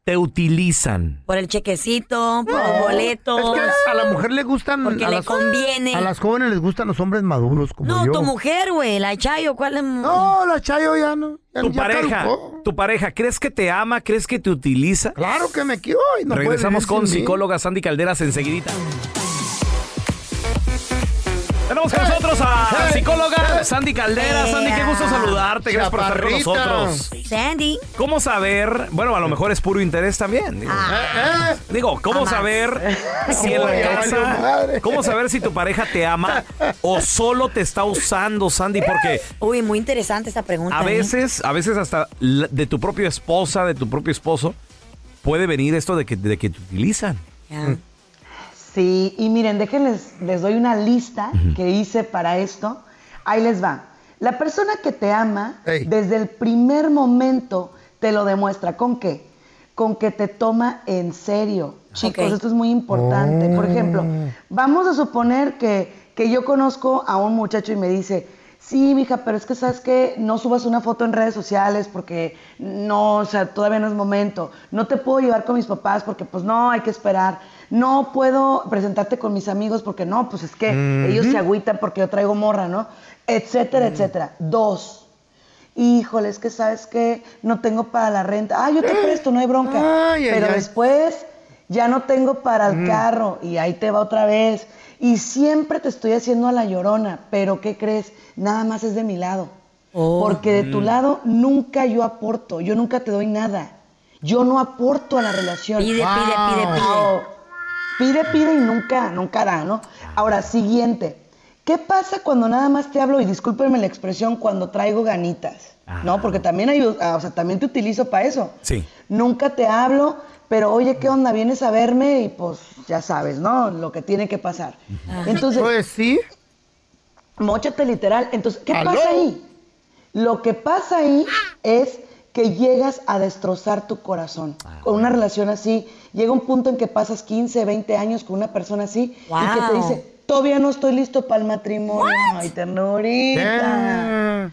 S1: te utilizan?
S2: Por el chequecito, por los boletos.
S3: Es que a la mujer le gustan.
S2: Porque
S3: a
S2: le
S3: las-
S2: conviene.
S3: A las jóvenes les gustan los hombres maduros como
S2: No,
S3: yo.
S2: tu mujer, güey, la Chayo, ¿cuál es?
S3: No, la Chayo ya no. ya-
S1: Tu
S3: ya
S1: pareja,
S3: caducó.
S1: tu pareja, ¿crees que te ama? ¿Crees que te utiliza?
S3: Claro que me quiero. ay, no puede
S1: Regresamos
S3: vivir
S1: con
S3: sin mí.
S1: psicóloga Sandy Calderas enseguidita. Tenemos con nosotros a
S3: Hey.
S1: psicóloga Sandy Calderas. Sandy, qué gusto saludarte. Gracias por estar con
S3: Chaparrita.
S1: nosotros.
S2: Sandy.
S1: ¿Cómo saber? Bueno, a lo mejor es puro interés también. Digo, Digo, ¿cómo
S2: Ah. Jamás.
S1: saber si en la
S2: Ay, valió
S1: casa,
S2: madre.
S1: cómo saber si tu pareja te ama o solo te está usando, Sandy? Porque
S2: Uy, muy interesante esta pregunta.
S1: a
S2: ¿eh?
S1: veces, a veces hasta la- de tu propia esposa, de tu propio esposo, puede venir esto de que, de que te utilizan.
S20: Sí, y miren, déjenles, les doy una lista que hice para esto. Ahí les va. La persona que te ama, desde el primer momento te lo demuestra. ¿Con qué? Con que te toma en serio. Chicos,
S2: Ok.
S20: esto es muy importante. Por ejemplo,
S18: Oh.
S20: Mm. vamos a suponer que, que yo conozco a un muchacho y me dice, sí, mija, pero es que sabes que no subas una foto en redes sociales porque no, o sea, todavía no es momento. No te puedo llevar con mis papás porque pues no, hay que esperar. No puedo presentarte con mis amigos porque no, pues es que
S21: Ujú.
S20: ellos se agüitan porque yo traigo morra, ¿no? Etcétera,
S21: Mm.
S20: etcétera. Dos, híjole, es que sabes que no tengo para la renta. Ah, yo te presto, no hay bronca.
S21: Ay, ay,
S20: Pero
S21: ay.
S20: después ya no tengo para el carro y ahí te va otra vez. Y siempre te estoy haciendo a la llorona, pero ¿qué crees? Nada más es de mi lado.
S10: Oh.
S20: Porque de tu
S21: Mm.
S20: lado nunca yo aporto, yo nunca te doy nada. Yo no aporto a la relación.
S2: Pide, pide, pide, pide.
S20: No. Pide, pide y nunca, nunca da, ¿no? Ahora, siguiente. ¿Qué pasa cuando nada más te hablo, y discúlpenme la expresión, cuando traigo ganitas? ¿No? Porque también, hay, ah, o sea, también te utilizo para eso.
S1: Sí.
S20: Nunca te hablo, pero oye, ¿qué onda? Vienes a verme y pues ya sabes, ¿no? Lo que tiene que pasar. Entonces. Pues
S3: sí.
S20: Móchate literal. Entonces, ¿qué pasa ahí? Lo que pasa ahí es que llegas a destrozar tu corazón. Con una relación así, llega un punto en que pasas 15, 20 años con una persona así y que te
S2: Wow.
S20: dice, todavía no estoy listo para el matrimonio. Ay,
S1: Eh.
S20: ternurita.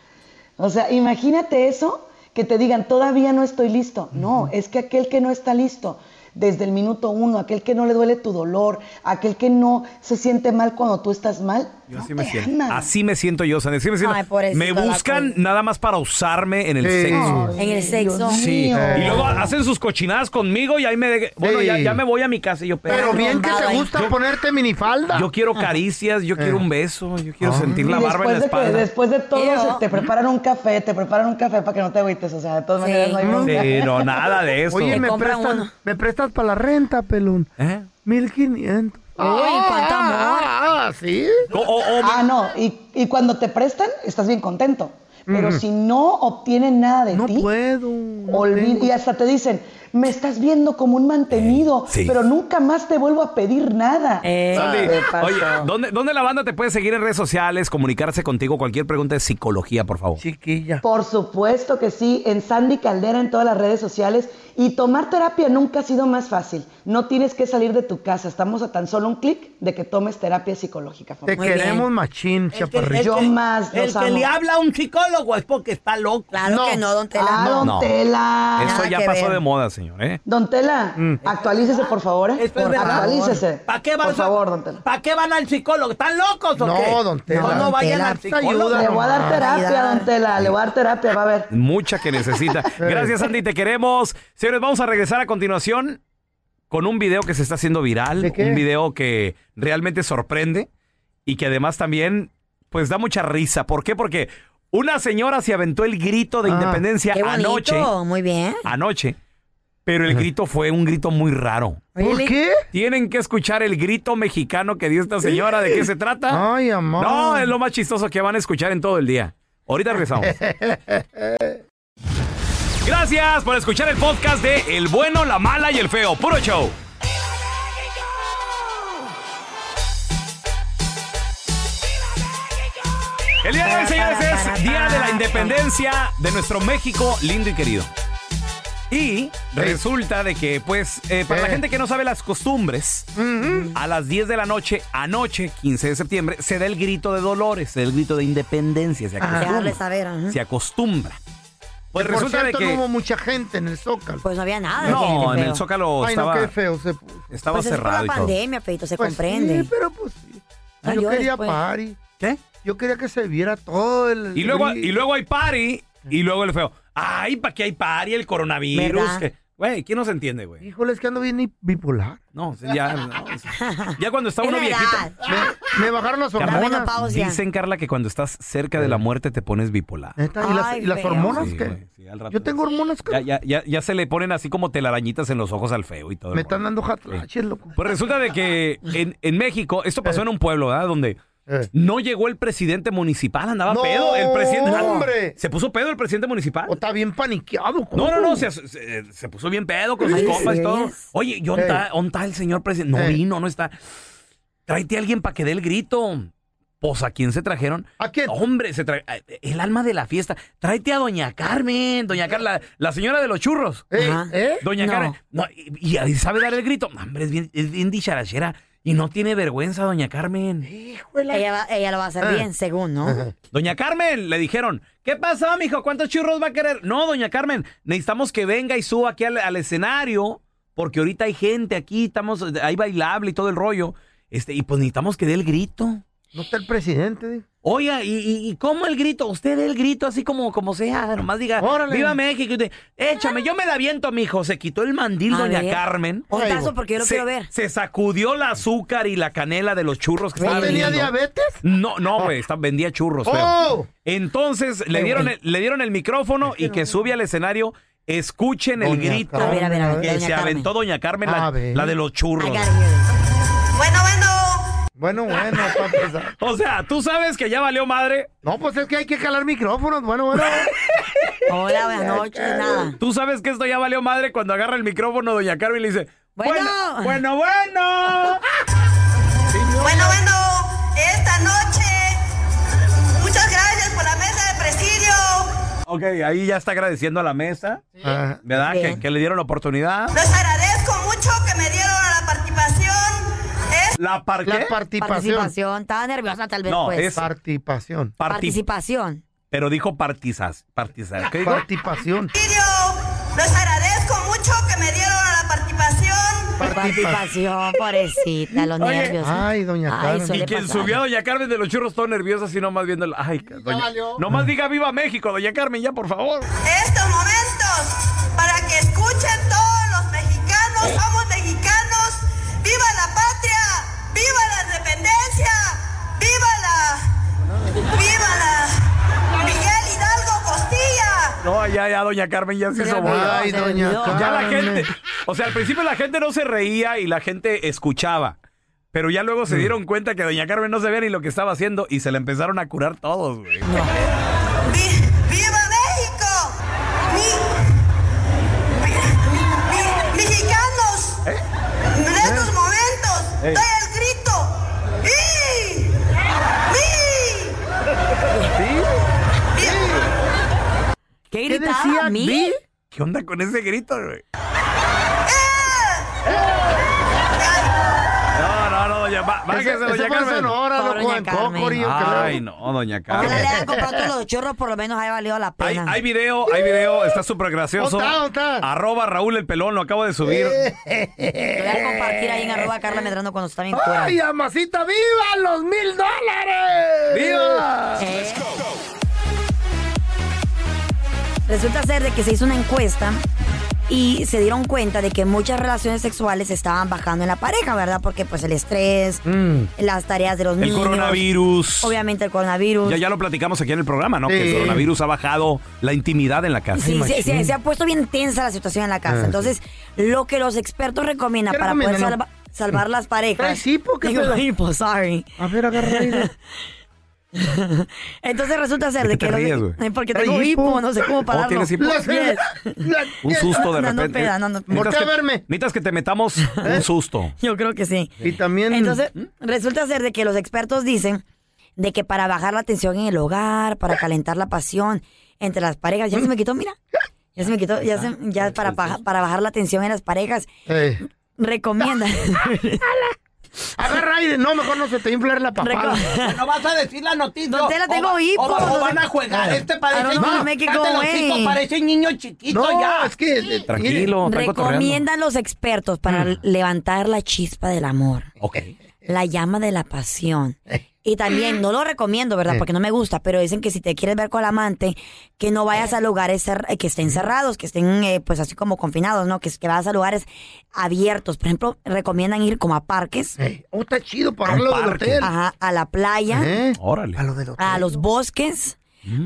S20: O sea, imagínate eso, que te digan, todavía no estoy listo. No, es que aquel que no está listo desde el minuto uno, aquel que no le duele tu dolor, aquel que no se siente mal cuando tú estás mal,
S1: Yo así me
S20: te
S1: siento.
S20: aman.
S1: Así me siento yo, Sandy. Así me siento.
S20: Ay, pobrecita
S1: me
S20: la
S1: buscan nada más para usarme en el
S20: Sí.
S1: sexo.
S2: En el sexo.
S1: Sí.
S2: mío.
S1: Y luego hacen sus cochinadas conmigo y ahí me. de- Bueno,
S3: Sí.
S1: ya, ya me voy a mi casa y yo.
S3: Pero bien que te gusta ponerte minifalda.
S1: Yo quiero caricias, yo
S3: Eh.
S1: quiero un beso, yo
S3: Ah.
S1: quiero sentir
S20: Y
S1: la barba en
S20: después
S1: la
S20: de que-
S1: espalda.
S20: después de todo, se- te preparan un café, te preparan un café para que no te agüites, o sea, de todas maneras no hay bronca.
S1: Sí, no, nada de eso.
S3: Oye,
S1: Te
S3: me
S1: compra
S3: prestas, me prestas para la renta, pelón.
S1: ¿Eh?
S3: 1500.
S20: Uy, cuánto amor.
S3: Ah, sí.
S20: ah, no, y, y cuando te prestan, estás bien contento. Pero
S3: Ujú.
S20: si no obtienen nada de ti,
S3: puedo,
S20: olvi-
S3: tengo.
S20: y hasta te dicen, me estás viendo como un mantenido,
S15: Eh,
S1: sí.
S20: pero nunca más te vuelvo a pedir nada.
S3: Eh,
S1: Sandy,
S20: ¿Qué pasó?
S1: oye, ¿dónde, ¿dónde la banda te puede seguir en redes sociales, comunicarse contigo? Cualquier pregunta de psicología, por favor.
S3: Chiquilla.
S20: Por supuesto que sí, en Sandy Caldera en todas las redes sociales y tomar terapia nunca ha sido más fácil. No tienes que salir de tu casa, estamos a tan solo un clic de que tomes terapia psicológica.
S3: Te
S20: Muy bien.
S3: queremos machín, chaparrito.
S20: Yo más
S15: El
S20: los
S15: que
S20: amo.
S15: le habla a un psicólogo es porque está loco.
S20: Claro No. que no, don Tela. Ah, don
S1: No.
S20: Tela.
S1: Eso
S20: Ah, Nada
S1: ya
S20: que
S1: pasó
S20: ver.
S1: de moda, señor, ¿eh?
S20: Don Tela, actualícese por favor. ¿eh?
S15: Mm. es verdad.
S20: actualícese.
S15: ¿Para qué vas
S20: Por
S15: a-
S20: favor, don Tela.
S15: ¿Para qué van al psicólogo? ¿Están locos o
S20: No,
S15: qué?
S20: don
S15: No,
S20: Tela.
S15: No,
S20: Don
S15: vayan
S20: Tela,
S15: al psicólogo.
S20: Le voy a dar terapia, don Tela, le voy a dar terapia, va a ver.
S1: Mucha que necesita. Gracias, Andy, te queremos. Señores, vamos a regresar a continuación con un video que se está haciendo viral. Un video que realmente sorprende y que además también, pues, da mucha risa. ¿Por qué? Porque una señora se aventó el grito de
S2: Ah.
S1: independencia
S2: Qué bonito,
S1: anoche.
S2: Muy bien.
S1: Anoche. Pero el grito fue un grito muy raro.
S2: ¿Por
S3: qué?
S1: Tienen que escuchar el grito mexicano que dio esta señora. ¿De qué se trata?
S3: Ay, amor.
S1: No, es lo más chistoso que van a escuchar en todo el día. Ahorita regresamos. Gracias por escuchar el podcast de El Bueno, la Mala y el Feo. Puro show. El día de hoy, señores, es Día de la Independencia de nuestro México lindo y querido. Y resulta de que, pues, eh, para la gente que no sabe las costumbres, a las 10 de la noche, anoche, 15 de septiembre, se da el grito de dolores, se da el grito de independencia. Se
S2: Para
S1: acostumbra.
S2: darle saber. ajá.
S1: Se acostumbra. Pues
S3: Por
S1: resulta de
S3: cierto,
S1: que...
S3: no hubo mucha gente en el Zócalo.
S2: Pues no había nada.
S1: No,
S2: gente,
S1: en el
S2: feo.
S1: Zócalo
S3: Ay,
S1: estaba,
S3: no, qué feo. Se...
S1: estaba
S2: Pues es por
S1: cerrado y
S2: la
S1: todo.
S2: pandemia, feito, se
S3: Pues sí,
S2: comprende.
S3: pero pues sí.
S2: Salió
S3: Yo quería
S2: después.
S3: party.
S1: ¿Qué?
S3: Yo quería que se viera todo el...
S1: Y luego,
S3: el-
S1: y luego hay party y luego el feo. Ay, ¿para qué hay party? El coronavirus.
S3: ¿Verdad?
S1: que- Güey, ¿quién nos entiende, güey?
S3: Híjole, es que ando bien bipolar.
S1: No, ya, no, ya cuando está
S3: Es
S1: uno
S3: la
S1: viejito.
S3: edad. Me, me bajaron las
S1: Carla,
S3: hormonas.
S1: Dicen, Carla, que cuando estás cerca de la muerte te pones bipolar.
S3: Neta, ¿Y las,
S2: Ay,
S3: y las
S2: feo.
S3: hormonas
S1: Sí,
S3: que
S1: güey, sí, al rato.
S3: Yo tengo hormonas que
S1: Ya, ya, ya, ya se le ponen así como telarañitas en los ojos al feo y todo.
S3: me están dando jatraches, loco.
S1: Pues resulta de que en, en México, esto
S3: Eh.
S1: pasó en un pueblo, ¿verdad? Donde no llegó el presidente municipal, andaba
S3: No,
S1: pedo. El presidente.
S3: hombre.
S1: Se puso pedo el presidente municipal.
S3: O está bien paniqueado. ¿cómo?
S1: No, no, no, se, se- se puso bien pedo con sus
S3: Sí,
S1: compas y
S3: sí.
S1: todo. Oye, ¿y
S3: Eh.
S1: ¿dónde está- dónde está el señor presidente? No
S3: Eh.
S1: vino, no está. Tráete a alguien para que dé el grito. Pues, ¿a quién se trajeron?
S3: ¿A quién?
S1: Hombre, se tra- eh, el alma de la fiesta. Tráete a doña Carmen, doña Carla, la señora de los churros.
S3: Eh,
S1: Ajá. Doña
S3: No.
S1: Carmen. No, y, y ahí sabe dar el grito. No, Hombre, es bien, es bien dicharachera. Y no tiene vergüenza, doña Carmen.
S2: Ella, va- ella lo va a hacer
S1: Ah.
S2: bien, según, ¿no?
S1: Doña Carmen, le dijeron, ¿qué pasó, mijo? ¿Cuántos churros va a querer? No, doña Carmen, necesitamos que venga y suba aquí al, al escenario, porque ahorita hay gente aquí, estamos, hay bailable y todo el rollo. Este, y pues necesitamos que dé el grito.
S3: No está el presidente, digo.
S1: Oiga, ¿y, y, y cómo el grito? Usted dé el grito así como, como sea, nomás diga,
S3: Órale.
S1: ¡Viva México! Y usted, Échame, yo me la viento, mijo. Se quitó el mandil,
S2: A
S1: doña
S2: ver.
S1: Carmen.
S2: Pontazo, porque yo lo
S1: se,
S2: quiero ver.
S1: Se sacudió el azúcar y la canela de los churros que
S3: ¿No
S1: estaba
S3: tenía
S1: vendiendo.
S3: diabetes?
S1: No, no, güey, está- vendía churros, feo.
S3: ¡Oh!
S1: Entonces le dieron, el, le dieron el micrófono y que sube al escenario, escuchen el
S3: Doña
S1: grito
S3: Carmen. A ver, a ver, a ver,
S1: que
S3: doña
S1: se
S3: Carmen.
S1: aventó doña Carmen,
S3: A
S1: la,
S3: ver.
S1: la de los churros.
S17: Bueno, bueno.
S3: Bueno, bueno, para empezar.
S1: O sea, tú sabes que ya valió madre.
S3: No, pues es que hay que jalar micrófonos. Bueno, bueno.
S2: Hola, buenas noches, nada.
S1: Tú sabes que esto ya valió madre cuando agarra el micrófono doña Carmen y le dice, bueno, bueno, bueno.
S22: Bueno, bueno, esta noche, muchas gracias por la mesa de presidio.
S1: Ok, ahí ya está agradeciendo a la mesa, Ah, ¿verdad? Que, que le dieron la oportunidad.
S22: Les agradezco mucho que me dieron a la participación.
S1: La, par ¿qué?
S2: Participación. Estaba nerviosa tal vez,
S1: No,
S2: pues.
S1: es participación.
S2: Participación.
S1: Pero dijo partizas, partizas. ¿Qué dijo? Participación.
S22: Presidio, les agradezco mucho que me dieron a la participación.
S2: Participación, pobrecita, Ah, los
S1: Oye.
S2: nervios.
S1: Ay,
S3: doña
S1: y quien subió a Doña Carmen de los churros todo nerviosa, así nomás viendo. Ay, doña,
S22: valió.
S1: nomás diga viva México, Doña Carmen, ya por favor.
S22: Estos momentos, para que escuchen todos los mexicanos, somos mexicanos. ¡Viva la patria! ¡Viva la independencia! ¡Viva la... ¡Viva la... Miguel Hidalgo Costilla!
S1: No, ya, ya, Doña Carmen ya se
S22: Se le
S1: hizo
S22: olvidó,
S1: bola.
S22: Ay, se le doña olvidó.
S1: Ya la
S22: Carmen.
S1: gente. O sea, al principio la gente no se reía y la gente escuchaba. Pero ya luego se
S3: Mm.
S1: dieron cuenta que Doña Carmen no se veía ni lo que estaba haciendo y se la empezaron a curar todos, güey.
S22: ¡Viva México! Mi- mi- mi- ¡Mexicanos! En estos momentos
S1: Eh.
S22: doy el grito. ¡Y! ¡Mi!
S2: ¿Qué
S22: ¿Qué decía? ¿Mi?
S1: ¿Qué onda con ese grito, güey? No, no, no, doña, bá- bájese,
S3: Ese- ese
S1: doña
S3: fue en
S1: Carmen.
S3: Sonora, Pobre loco, doña en Carmen. Cocorío, que
S1: Ay, no, doña Carmen.
S2: Ojalá le hayan comprado todos los churros, por lo menos haya valido la
S1: Hay,
S2: pena.
S1: hay video, hay video, está súper gracioso.
S2: ¿Dónde está?
S1: Arroba Raúl el Pelón, lo acabo de subir.
S15: Eh.
S2: Lo voy a compartir ahí en arroba Carla Medrano cuando está bien fuera.
S3: ¡Ay, amasita, viva los mil dólares!
S1: ¡Viva!
S2: Eh, Resulta ser de que se hizo una encuesta y se dieron cuenta de que muchas relaciones sexuales estaban bajando en la pareja, ¿verdad? Porque pues el estrés, las tareas de los
S1: Mm. El
S2: niños.
S1: coronavirus.
S2: Obviamente el coronavirus.
S1: Ya, ya lo platicamos aquí en el programa, ¿no? Que el
S2: Sí.
S1: coronavirus ha bajado la intimidad en la casa.
S2: Sí, se, se- se ha puesto bien tensa la situación en la casa.
S1: Ah, sí.
S2: Entonces, lo que los expertos recomiendan
S3: ¿Qué
S2: para poder
S3: recomiendan?
S2: salva- salvar las parejas.
S3: Ay, sí, porque-
S2: Digo, ay, pues, sorry.
S3: A ver, agarra ahí.
S2: Entonces resulta ser
S1: ¿De
S2: de que
S1: qué te
S2: los-
S1: ríes, güey?
S2: Ay, porque
S3: Trae
S2: tengo hipo,
S3: hipo.
S2: no sé cómo
S1: ¿Oh,
S2: pararlo.
S1: tienes hipo?
S2: Yes.
S1: Un susto de
S2: No, no,
S1: repente.
S2: peda, no, no.
S1: Necesitas
S2: Voltea a
S1: que-
S2: verme.
S1: Necesitas que te metamos un susto.
S2: Yo creo que sí.
S3: Y también. ¿Mm?
S2: Entonces, resulta ser de que los expertos dicen de que para bajar la tensión en el hogar, para calentar la pasión entre las parejas, ya se me quitó, mira. Ya se me quitó, ya, se-
S3: Ah,
S2: ya para, baja- para bajar la tensión en las parejas,
S3: Eh,
S2: recomiendan.
S3: Agarra aire. No, mejor no se te infla la papada.
S15: No vas a decir la noticia.
S2: No te la tengo
S15: O va-
S2: hipo.
S15: O, va- o van a jugar. Este parece,
S2: I don't know, make it go
S15: Cállate el
S2: away.
S15: hocico, parece niño chiquito
S3: No,
S15: ya.
S3: es que-
S15: Sí.
S1: Tranquilo, está cotorreando. Mm.
S2: Recomiendan los expertos para levantar la chispa del amor,
S1: Ok.
S2: la llama de la pasión. Y también, no lo recomiendo, ¿verdad?
S1: Eh.
S2: Porque no me gusta, pero dicen que si te quieres ver con el amante, que no vayas a lugares cer- eh, que estén cerrados, que estén eh, pues así como confinados, ¿no? Que, que vayas a lugares abiertos. Por ejemplo, recomiendan ir como a parques.
S3: Oh, está chido para lo del hotel.
S2: Ajá, a la playa.
S1: Órale. Mm.
S3: A lo del hotel.
S2: a los bosques,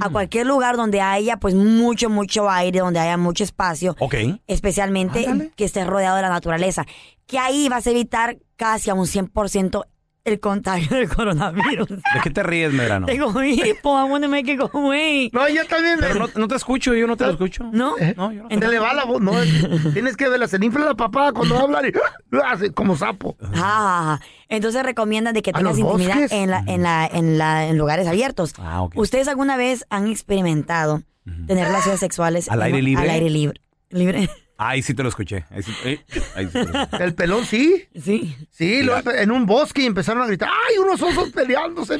S2: a cualquier lugar donde haya pues mucho, mucho aire, donde haya mucho espacio.
S1: Ok.
S2: Especialmente que esté rodeado de la naturaleza. Que ahí vas a evitar casi a un 100% el contagio del coronavirus.
S1: ¿De qué te ríes, Medrano?
S2: Tengo hipo, I wanna make it go away.
S3: No, yo también.
S1: Pero no, no te escucho, yo no te lo escucho.
S2: ¿No?
S1: eh. No, yo no.
S3: Eh, Se le va la voz. No, es- tienes que verla. Se le infla la papada cuando va a hablar y hace como sapo.
S2: Ah, entonces recomiendan de que
S3: ¿A
S2: tengas
S3: los
S2: intimidad
S3: bosques?
S2: en, la, en, la, en, la- en lugares abiertos.
S1: Ah, ok.
S2: ¿Ustedes alguna vez han experimentado tener relaciones sexuales
S1: ¿Al
S2: en-
S1: aire libre?
S2: Al aire libre. libre.
S1: Ahí sí te lo escuché. Ahí sí, eh, ahí sí te lo escuché.
S3: El pelón, sí.
S2: Sí.
S3: Sí, lo- en un bosque y empezaron a gritar. ¡Ay, unos osos peleándose!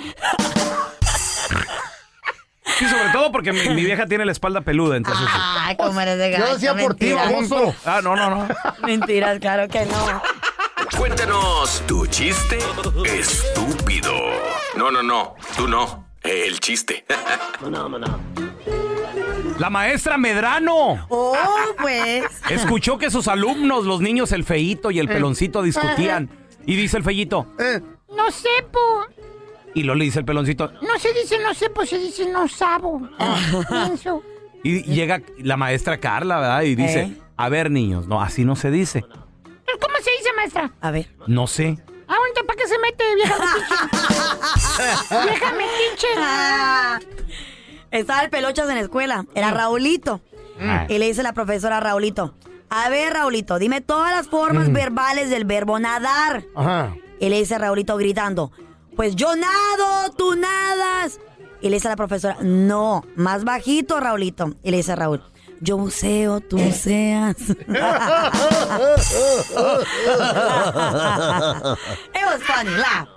S1: Sí, sobre todo porque mi, mi vieja tiene la espalda peluda, entonces. sí.
S2: Ay, cómo eres de
S3: Yo
S2: gancho,
S3: decía por ti,
S2: mentiras.
S3: baboso.
S1: Ah, no, no, no.
S2: Mentiras, claro que no.
S8: Cuéntanos tu chiste estúpido. No, no, no, tú no. El chiste.
S1: La maestra Medrano
S2: Oh, pues.
S1: escuchó que sus alumnos, los niños, el feíto y
S2: Eh.
S1: el peloncito, discutían. Y dice el feíto.
S21: No sepo.
S1: Y lo le dice el peloncito.
S21: No se dice no sepo, se dice no sabo. Pienso.
S1: Y llega la maestra Carla, ¿verdad? Y dice,
S21: ¿Eh?
S1: a ver, niños, no, así no se dice.
S21: Pues, ¿Cómo se dice, maestra?
S2: A ver.
S1: No sé.
S21: Aguanta, ¿para qué se mete, vieja metiche? vieja metiche.
S2: Estaba el pelochas en la escuela, era Raulito.
S21: Ah.
S2: Y le dice la profesora a Raulito, a ver Raulito, dime todas las formas
S3: Mm.
S2: verbales del verbo nadar.
S3: Ajá.
S2: Y le dice Raulito gritando, pues yo nado, tú nadas. Y le dice a la profesora, no, más bajito Raulito. Y le dice Raúl, yo buceo, tú buceas. It was funny, laugh.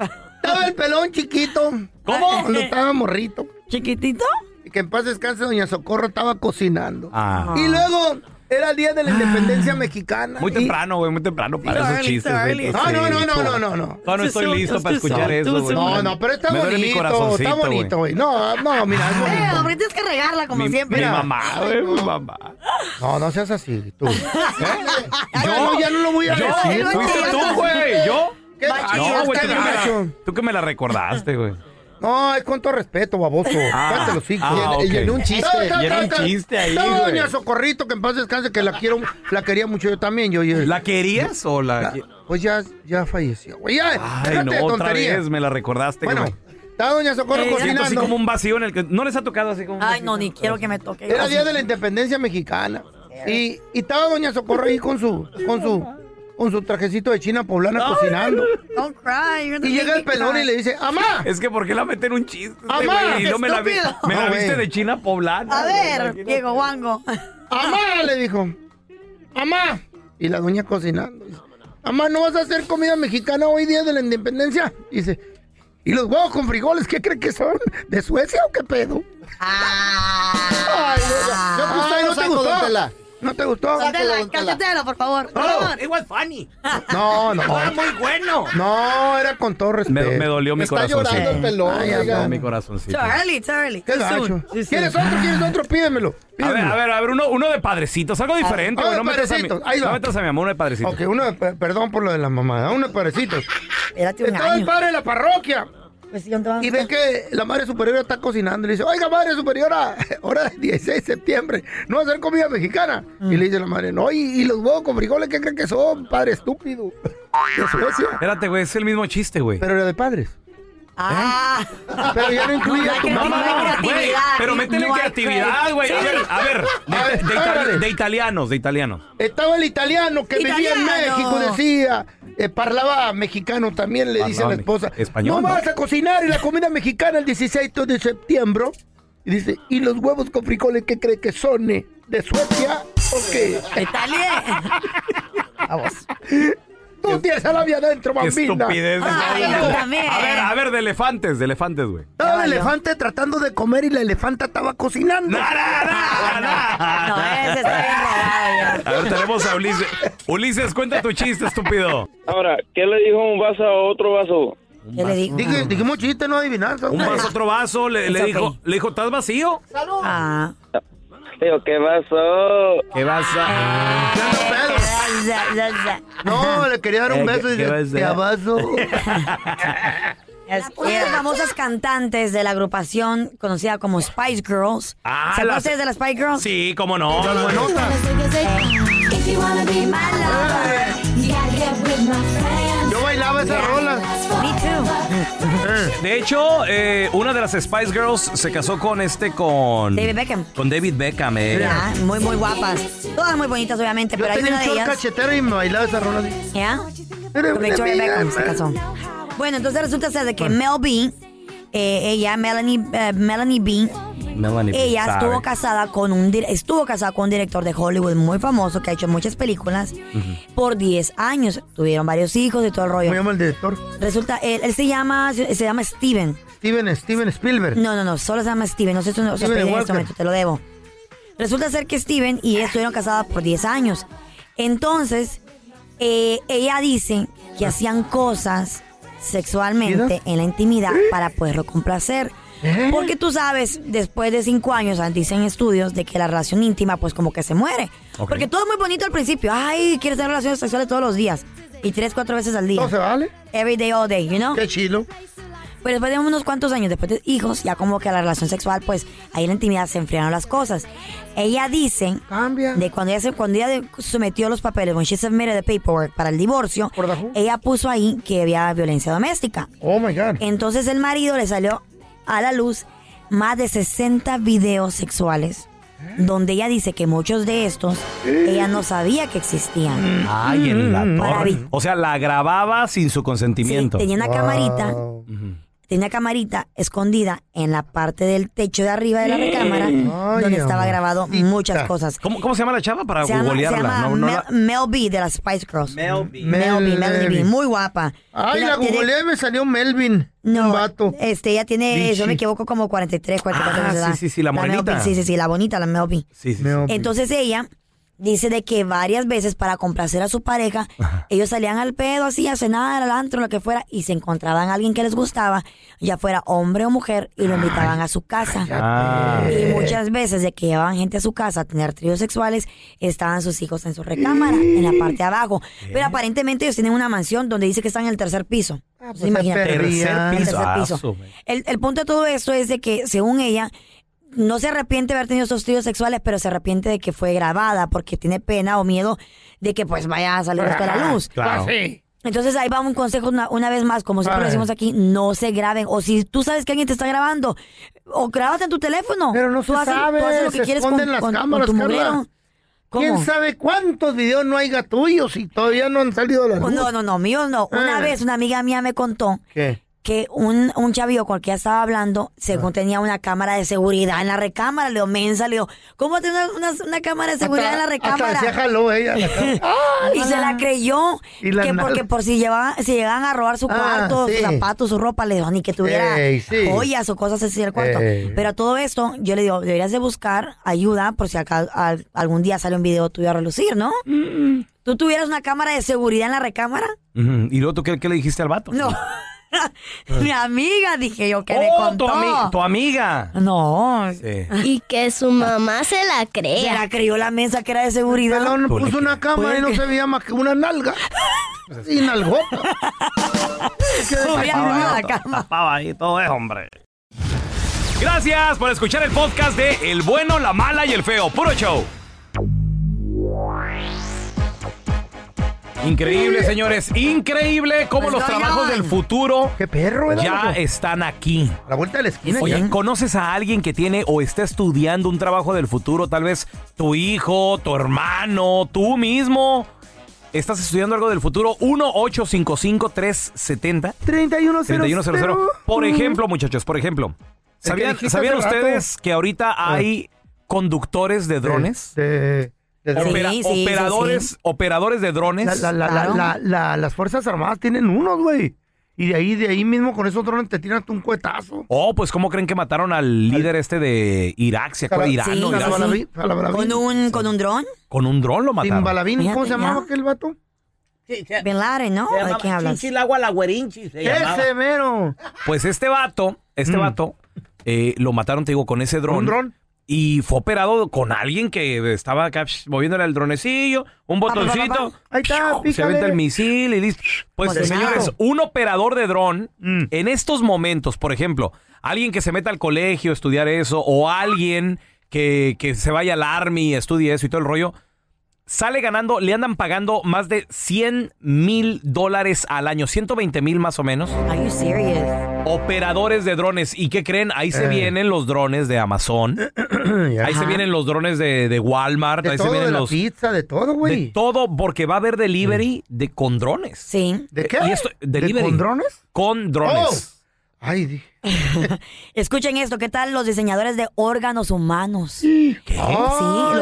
S3: Estaba el pelón chiquito. Ah,
S2: ¿Cómo?
S3: Cuando estaba morrito.
S2: ¿Chiquitito?
S3: Que en paz descanse, doña Socorro estaba cocinando.
S1: Ah.
S3: Y luego era el día de la independencia mexicana.
S1: Muy
S3: y-
S1: temprano, güey, muy temprano para
S3: Early,
S1: esos chistes, güey.
S3: early. No, no, no, no, no, no,
S1: Todavía no estoy listo para escuchar eso, güey.
S3: No, no, pero está
S1: Me duele mi
S3: bonito.
S1: corazoncito,
S3: Está bonito, güey. No, no, mira, es
S2: Eh,
S3: bonito.
S2: hombre, tienes que regarla como
S3: Mi-
S2: siempre.
S3: mi mamá, güey, mi
S1: mamá.
S3: No, no seas así, tú. Yo ya no lo voy a
S1: Yo,
S3: decir.
S1: fuiste tú, güey, yo.
S3: ¿Qué Ah,
S1: No,
S3: no,
S1: güey, tú, que me la- tú que me la recordaste, güey.
S3: No, es con todo respeto, baboso.
S1: Ah,
S3: Cállate los hijos.
S1: ah, ok.
S3: Está, está,
S1: Y era un
S3: está, está.
S1: chiste ahí,
S3: Está
S1: güey.
S3: doña Socorrito, que en paz descanse, que la quiero, la quería mucho yo también. Yo,
S1: ¿La querías o la.?
S3: Pues ya, ya falleció, güey. Ya,
S1: Ay,
S3: déjate
S1: no,
S3: de
S1: otra
S3: tonterías.
S1: vez me la recordaste,
S3: Bueno,
S1: güey. Eh,
S3: Está doña Socorro
S1: Siento así
S3: cocinando.
S1: como un vacío en el que. ¿No les ha tocado así como.?
S2: Ay, no, ni quiero que me toque.
S3: Era día de la independencia mexicana. Y, y estaba doña Socorro ahí con su, con su, con su trajecito de China poblana cocinando.
S2: Don't cry. you're gonna
S3: Y llega
S2: make
S3: el
S2: me
S3: pelón
S2: cry.
S3: y le dice, ¡Amá!
S1: Es que ¿por qué la meten un chiste? este,
S3: Amá,
S1: güey? Y
S3: qué
S1: no me la, vi-
S3: estúpido.
S1: me la
S3: No,
S1: viste
S3: güey.
S1: de China poblana.
S2: A
S1: güey,
S2: ver,
S1: imagínate.
S2: Diego Wango.
S3: ¡Amá! le dijo. ¡Amá! Y la doña cocinando. dice, Amá, ¿no vas a hacer comida mexicana hoy día de la independencia? Dice, ¿y los huevos con frijoles qué cree que son? ¿De Suecia o qué pedo? Ay,
S2: Ah,
S3: doña, yo, pues, ahí no te gustó. ¿No te gustó?
S2: Cállate, cállate, por favor. Por favor.
S15: It was funny.
S3: No, no.
S15: Estaba muy bueno.
S3: No, era con todo respeto.
S1: Me, me dolió mi
S3: Eh, Está
S1: corazón.
S3: llorando el pelón,
S1: Me dolió
S3: oigan.
S1: mi corazoncito.
S2: Charlie, Charlie.
S3: Qué gacho. ¿Quieres otro? ¿Quieres otro? Pídemelo.
S1: A ver, a ver, a ver, uno, uno de padrecitos, algo diferente,
S3: Ah,
S1: güey. No
S3: de
S1: metas a mi,
S3: padrecitos, ahí va.
S1: no metas a mi amor, uno de padrecitos.
S3: Ok, uno de, pe- perdón por lo de la mamada, uno de parecitos. Estaba el padre de Ah, la parroquia. y ve que la madre superiora está cocinando y le dice, oiga madre superiora, hora del 16 de septiembre, no va a hacer comida mexicana. Y le dice la madre, no, y, y los huevos con frijoles, ¿qué creen que son, padre estúpido? De Suecia.
S1: Espérate, güey, es el mismo chiste, güey.
S3: Pero era de padres.
S2: Ah.
S3: Pero ya no incluye a tu
S1: No, no,
S3: mamá.
S1: no, güey, pero métele
S3: No hay
S1: creatividad, güey. A ver,
S3: creatividad.
S1: a ver,
S3: A
S1: de,
S3: ver,
S1: de itali-
S3: órale.
S1: de italianos, de italianos.
S3: Estaba el italiano que vivía en
S2: ¡Italiano!
S3: México, decía. eh, parlaba mexicano también, le dice la
S1: Parlaba
S3: esposa.
S1: me- español,
S3: No
S1: ¿no?
S3: vas a cocinar en la comida mexicana el 16 de septiembre. Y dice, ¿y los huevos con frijoles que cree que son? eh, ¿De Suecia o qué?
S2: Italia.
S3: Vamos. Tú tienes a la vía adentro,
S1: Qué
S3: bambina. Ah,
S1: estupidez.
S3: Ay,
S1: güey.
S3: no.
S1: a ver, a ver, de elefantes, de elefantes, güey.
S3: Estaba el elefante tratando de comer y la elefanta estaba cocinando.
S1: A ver, tenemos a Ulises. Ulises, cuenta tu chiste, estúpido.
S12: Ahora, ¿qué le dijo un vaso a otro vaso?
S2: ¿Qué le dijo?
S3: Dije- dijimos chiste, no adivinanza.
S1: Un vaso, otro vaso, le, le
S12: It's
S1: dijo,
S12: okay.
S1: le dijo, ¿estás vacío?
S2: Ah.
S12: Digo, ¿qué vaso?
S1: ¿Qué vaso?
S3: Ah. No, le quería dar un
S1: Eh,
S3: beso y
S1: ¿qué- qué va a
S3: dice,
S1: ser?
S3: te abrazo.
S2: Una de las famosas cantantes de la agrupación conocida como Spice Girls.
S1: Ah,
S2: ¿Se acuerdan
S1: las-
S2: ustedes de las Spice Girls?
S1: Sí, cómo no. güey.
S3: Yo bailaba esa rola.
S1: De hecho, eh, una de las Spice Girls se casó con este, con...
S2: David Beckham.
S1: Con David Beckham, eh.
S2: Ya, Ah, muy, muy guapas. Todas muy bonitas, obviamente, pero hay
S3: Tenía
S2: una
S3: un
S2: de
S3: short
S2: ellas.
S3: cachetero y me bailaba esa rola. así.
S2: ¿Ya? Con Victoria
S3: ¿eh?
S2: Beckham se casó. Bueno, entonces resulta ser de que Mel B, eh, ella, Melanie, eh, Melanie B,
S1: Melanie
S2: ella
S1: sabe.
S2: estuvo casada con un dir- estuvo casada con un director de Hollywood muy famoso que ha hecho muchas películas por 10 años. Tuvieron varios hijos y todo el rollo.
S3: ¿Cómo se llama el director?
S2: Resulta, él, él se llama se se llama Steven.
S3: Steven, Steven Spielberg.
S2: No, no, no, solo se llama Steven. No sé si no se
S3: Steven
S2: apellida en este
S3: Walker.
S2: momento, te lo debo. Resulta ser que Steven y ella estuvieron casadas por 10 años. Entonces, eh, ella dice que hacían cosas sexualmente en la intimidad para poderlo complacer.
S3: ¿Eh?
S2: Porque tú sabes, después de cinco años, ah, dicen estudios de que la relación íntima, pues como que se muere.
S1: Ok.
S2: Porque todo es muy bonito al principio. Ay, quieres tener relaciones sexuales todos los días. Y tres, cuatro veces al día.
S3: ¿No se vale?
S2: Every day, all day, you know?
S3: Qué chilo.
S2: Pero después de unos cuantos años, después de hijos, ya como que la relación sexual, pues ahí en la intimidad se enfriaron las cosas. Ella dice de cuando ella, se, cuando ella de- sometió los papeles, when she submitted the paperwork para el divorcio, ella puso ahí que había violencia doméstica.
S3: Oh my God.
S2: Entonces el marido le salió a la luz más de 60 videos sexuales.
S3: ¿Eh?
S2: Donde ella dice que muchos de estos ella no sabía que existían.
S1: ¿Eh? Ay,
S2: Mm,
S1: en la
S2: Para vi-
S1: torre. O sea, la grababa sin su consentimiento.
S2: tenía una camarita. Tenía camarita escondida en la parte del techo de arriba de la recámara donde estaba grabado muchas cosas.
S1: ¿Cómo, cómo se llama la chava para
S2: Se llama- se
S1: googlearla?
S2: llama
S1: No, no
S2: Mel,
S1: la-
S2: Mel B de las Spice Girls. Mel B. Mel,
S3: Mel
S2: B, Mel B,
S3: B.
S2: muy guapa.
S3: Ay,
S2: Ella
S3: la
S2: tiene-
S3: googleé y me salió Melvin.
S2: No, este, ella tiene,
S3: Bichi.
S2: yo me equivoco, como 43, 44
S3: Ah,
S2: años de edad.
S3: sí, sí, sí, la
S2: Mel
S3: morenita.
S2: B, sí, sí, sí, la bonita, la Mel B.
S1: Sí, sí, sí.
S2: Entonces eh, ella dice de que varias veces para complacer a su pareja, ellos salían al pedo así, a cenar, al antro, lo que fuera, y se encontraban a alguien que les gustaba, ya fuera hombre o mujer, y lo invitaban a su casa. Y muchas veces de que llevaban gente a su casa a tener tríos sexuales, estaban sus hijos en su recámara, en la parte de abajo. Pero aparentemente ellos tienen una mansión donde dice que están en el tercer piso. Entonces,
S3: pues,
S2: imagínate.
S3: se perdían.
S2: En el tercer
S3: Tercer
S2: piso. Ah,
S1: Ah,
S3: piso.
S2: El, el punto de todo esto es de que, según ella, no se arrepiente de haber tenido esos tríos sexuales, pero se arrepiente de que fue grabada porque tiene pena o miedo de que pues vaya a salir esto a la luz.
S3: Claro. Pues sí.
S2: Entonces ahí va un consejo una, una vez más, como siempre
S3: A
S2: lo
S3: ver.
S2: decimos aquí, no se graben. O si tú sabes que alguien te está grabando, o grábate en tu teléfono. Pero no
S3: se sabe, se esconden las cámaras, Carla. ¿Quién sabe cuántos videos no hay tuyos y todavía no han salido a la luz?
S2: Oh, No, no, no, mío no. Una
S3: Ah.
S2: vez una amiga mía me contó
S3: ¿Qué?
S2: que un, un chavillo con el que ya estaba hablando, según
S3: Ah.
S2: tenía una cámara de seguridad en la recámara, le digo, mensa, le digo, ¿cómo tiene una, una- una cámara de seguridad en la recámara?
S3: Hasta decía jaló ella. la cara.
S2: y se la creyó
S3: Y la
S2: que
S3: nalga.
S2: porque por si llevaban, si llegaban a robar su
S3: Ah,
S2: cuarto,
S3: sí.
S2: sus zapatos, su ropa, le dijo ni que tuviera
S3: Ey, sí.
S2: joyas o cosas así del cuarto.
S3: Ey.
S2: Pero a todo esto, yo le digo, deberías de buscar ayuda por si acá- al- algún día sale un video tuyo a relucir, ¿no? ¿Tú tuvieras una cámara de seguridad en la recámara?
S1: Ujú. ¿Y luego tú qué, qué le dijiste al vato?
S2: No.
S3: Ah.
S2: Mi amiga, dije yo, que me
S1: Oh,
S2: contó.
S1: tu, ami- tu amiga.
S2: No.
S1: Sí.
S2: Y que su mamá se la
S17: crea.
S2: Ah. Se la creyó la mesa que era de seguridad.
S3: Pelón
S2: Tú le
S3: puso una cámara y no se veía más que una nalga. Y nalgota. Qué
S1: Tapaba
S3: desayunada.
S1: ahí, tapaba ahí todo eso, hombre. Gracias por escuchar el podcast de El Bueno, la Mala y el Feo. Puro show. Increíble, señores. Increíble
S3: Pues
S1: cómo los trabajos del futuro ya están aquí.
S3: La vuelta de la esquina.
S1: Oye,
S3: ya.
S1: ¿conoces a alguien que tiene o está estudiando un trabajo del futuro? Tal vez tu hijo, tu hermano, tú mismo. ¿Estás estudiando algo del futuro? 1-855-370. 3100. Por ejemplo, muchachos, por ejemplo.
S3: que
S1: ¿Sabían,
S3: dijiste
S1: sabían
S3: hace rato.
S1: ustedes que ahorita hay conductores
S3: Este,
S1: de drones?
S3: de drones.
S1: Opera-
S3: Sí, sí, sí,
S1: operadores,
S3: sí.
S1: operadores de drones.
S3: La- la- la- la- la- la- las Fuerzas Armadas tienen unos, güey. Y de ahí, de ahí mismo con esos drones te tiran hasta un cuetazo.
S1: Oh, pues ¿cómo creen que mataron al líder este de Irak? ¿Se acuerda?
S3: Sí,
S1: Irán, ¿no?
S3: sí,
S1: Irak.
S3: sí.
S2: ¿Con un, ¿Con un dron?
S1: Con un dron lo mataron.
S3: Timbalabín, ¿cómo se
S2: Fíjate,
S3: llamaba
S2: ya.
S3: aquel vato?
S2: Bin Laden, ¿no?
S15: Se
S2: ¿De
S15: llamaba
S2: quién hablas?
S15: Chinchilagua la güerinchi se llamaba.
S3: Ese mero.
S1: Pues este vato,
S3: Mm.
S1: este vato, eh, lo mataron, te digo, con ese dron. Y fue operado con alguien que estaba acá psh, moviéndole el dronecillo,
S3: Ah,
S1: un
S3: pues,
S1: botoncito.
S3: Ahí está,
S1: Se aventa
S3: pícale.
S1: el misil y listo. Pues
S3: Emocionado.
S1: señores, un operador de dron
S3: Mm.
S1: en estos momentos, por ejemplo, alguien que se meta al colegio a estudiar eso o alguien que, que se vaya al army, estudie eso y todo el rollo, sale ganando, le andan pagando más de 100 mil dólares al año, 120 mil más o menos.
S2: Are you serious?
S1: Operadores de drones. ¿Y qué creen? Ahí se
S3: Eh.
S1: vienen los drones de Amazon. Ahí se
S3: Ajá.
S1: vienen los drones de, de Walmart.
S3: De
S1: ahí
S3: todo,
S1: se
S3: de
S1: vienen
S3: la
S1: los.
S3: pizza, de todo, güey.
S1: De todo, porque va a haber delivery de con drones.
S2: Sí.
S3: ¿De qué?
S1: Y esto-
S3: ¿De
S1: delivery.
S3: con drones? Oh.
S1: Con drones.
S3: Ay, di-
S2: Escuchen esto, ¿qué tal los diseñadores de órganos humanos? Sí,
S3: Ay,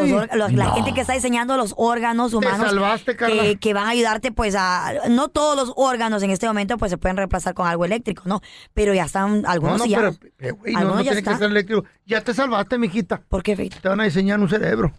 S2: los or- los- la
S3: no.
S2: gente que está diseñando los órganos humanos.
S3: salvaste, Carla.
S2: Que, que van a ayudarte, pues, a. No todos los órganos en este momento, pues, se pueden reemplazar con algo eléctrico, ¿no? Pero ya están,
S3: No,
S2: algunos
S3: no,
S2: sí ya.
S3: pero, eh, güey, no,
S2: Algunos
S3: no
S2: ya
S3: tiene
S2: están.
S3: que ser eléctrico. Ya te salvaste, mijita.
S2: ¿Por qué, Feito?
S3: Te van a diseñar un cerebro.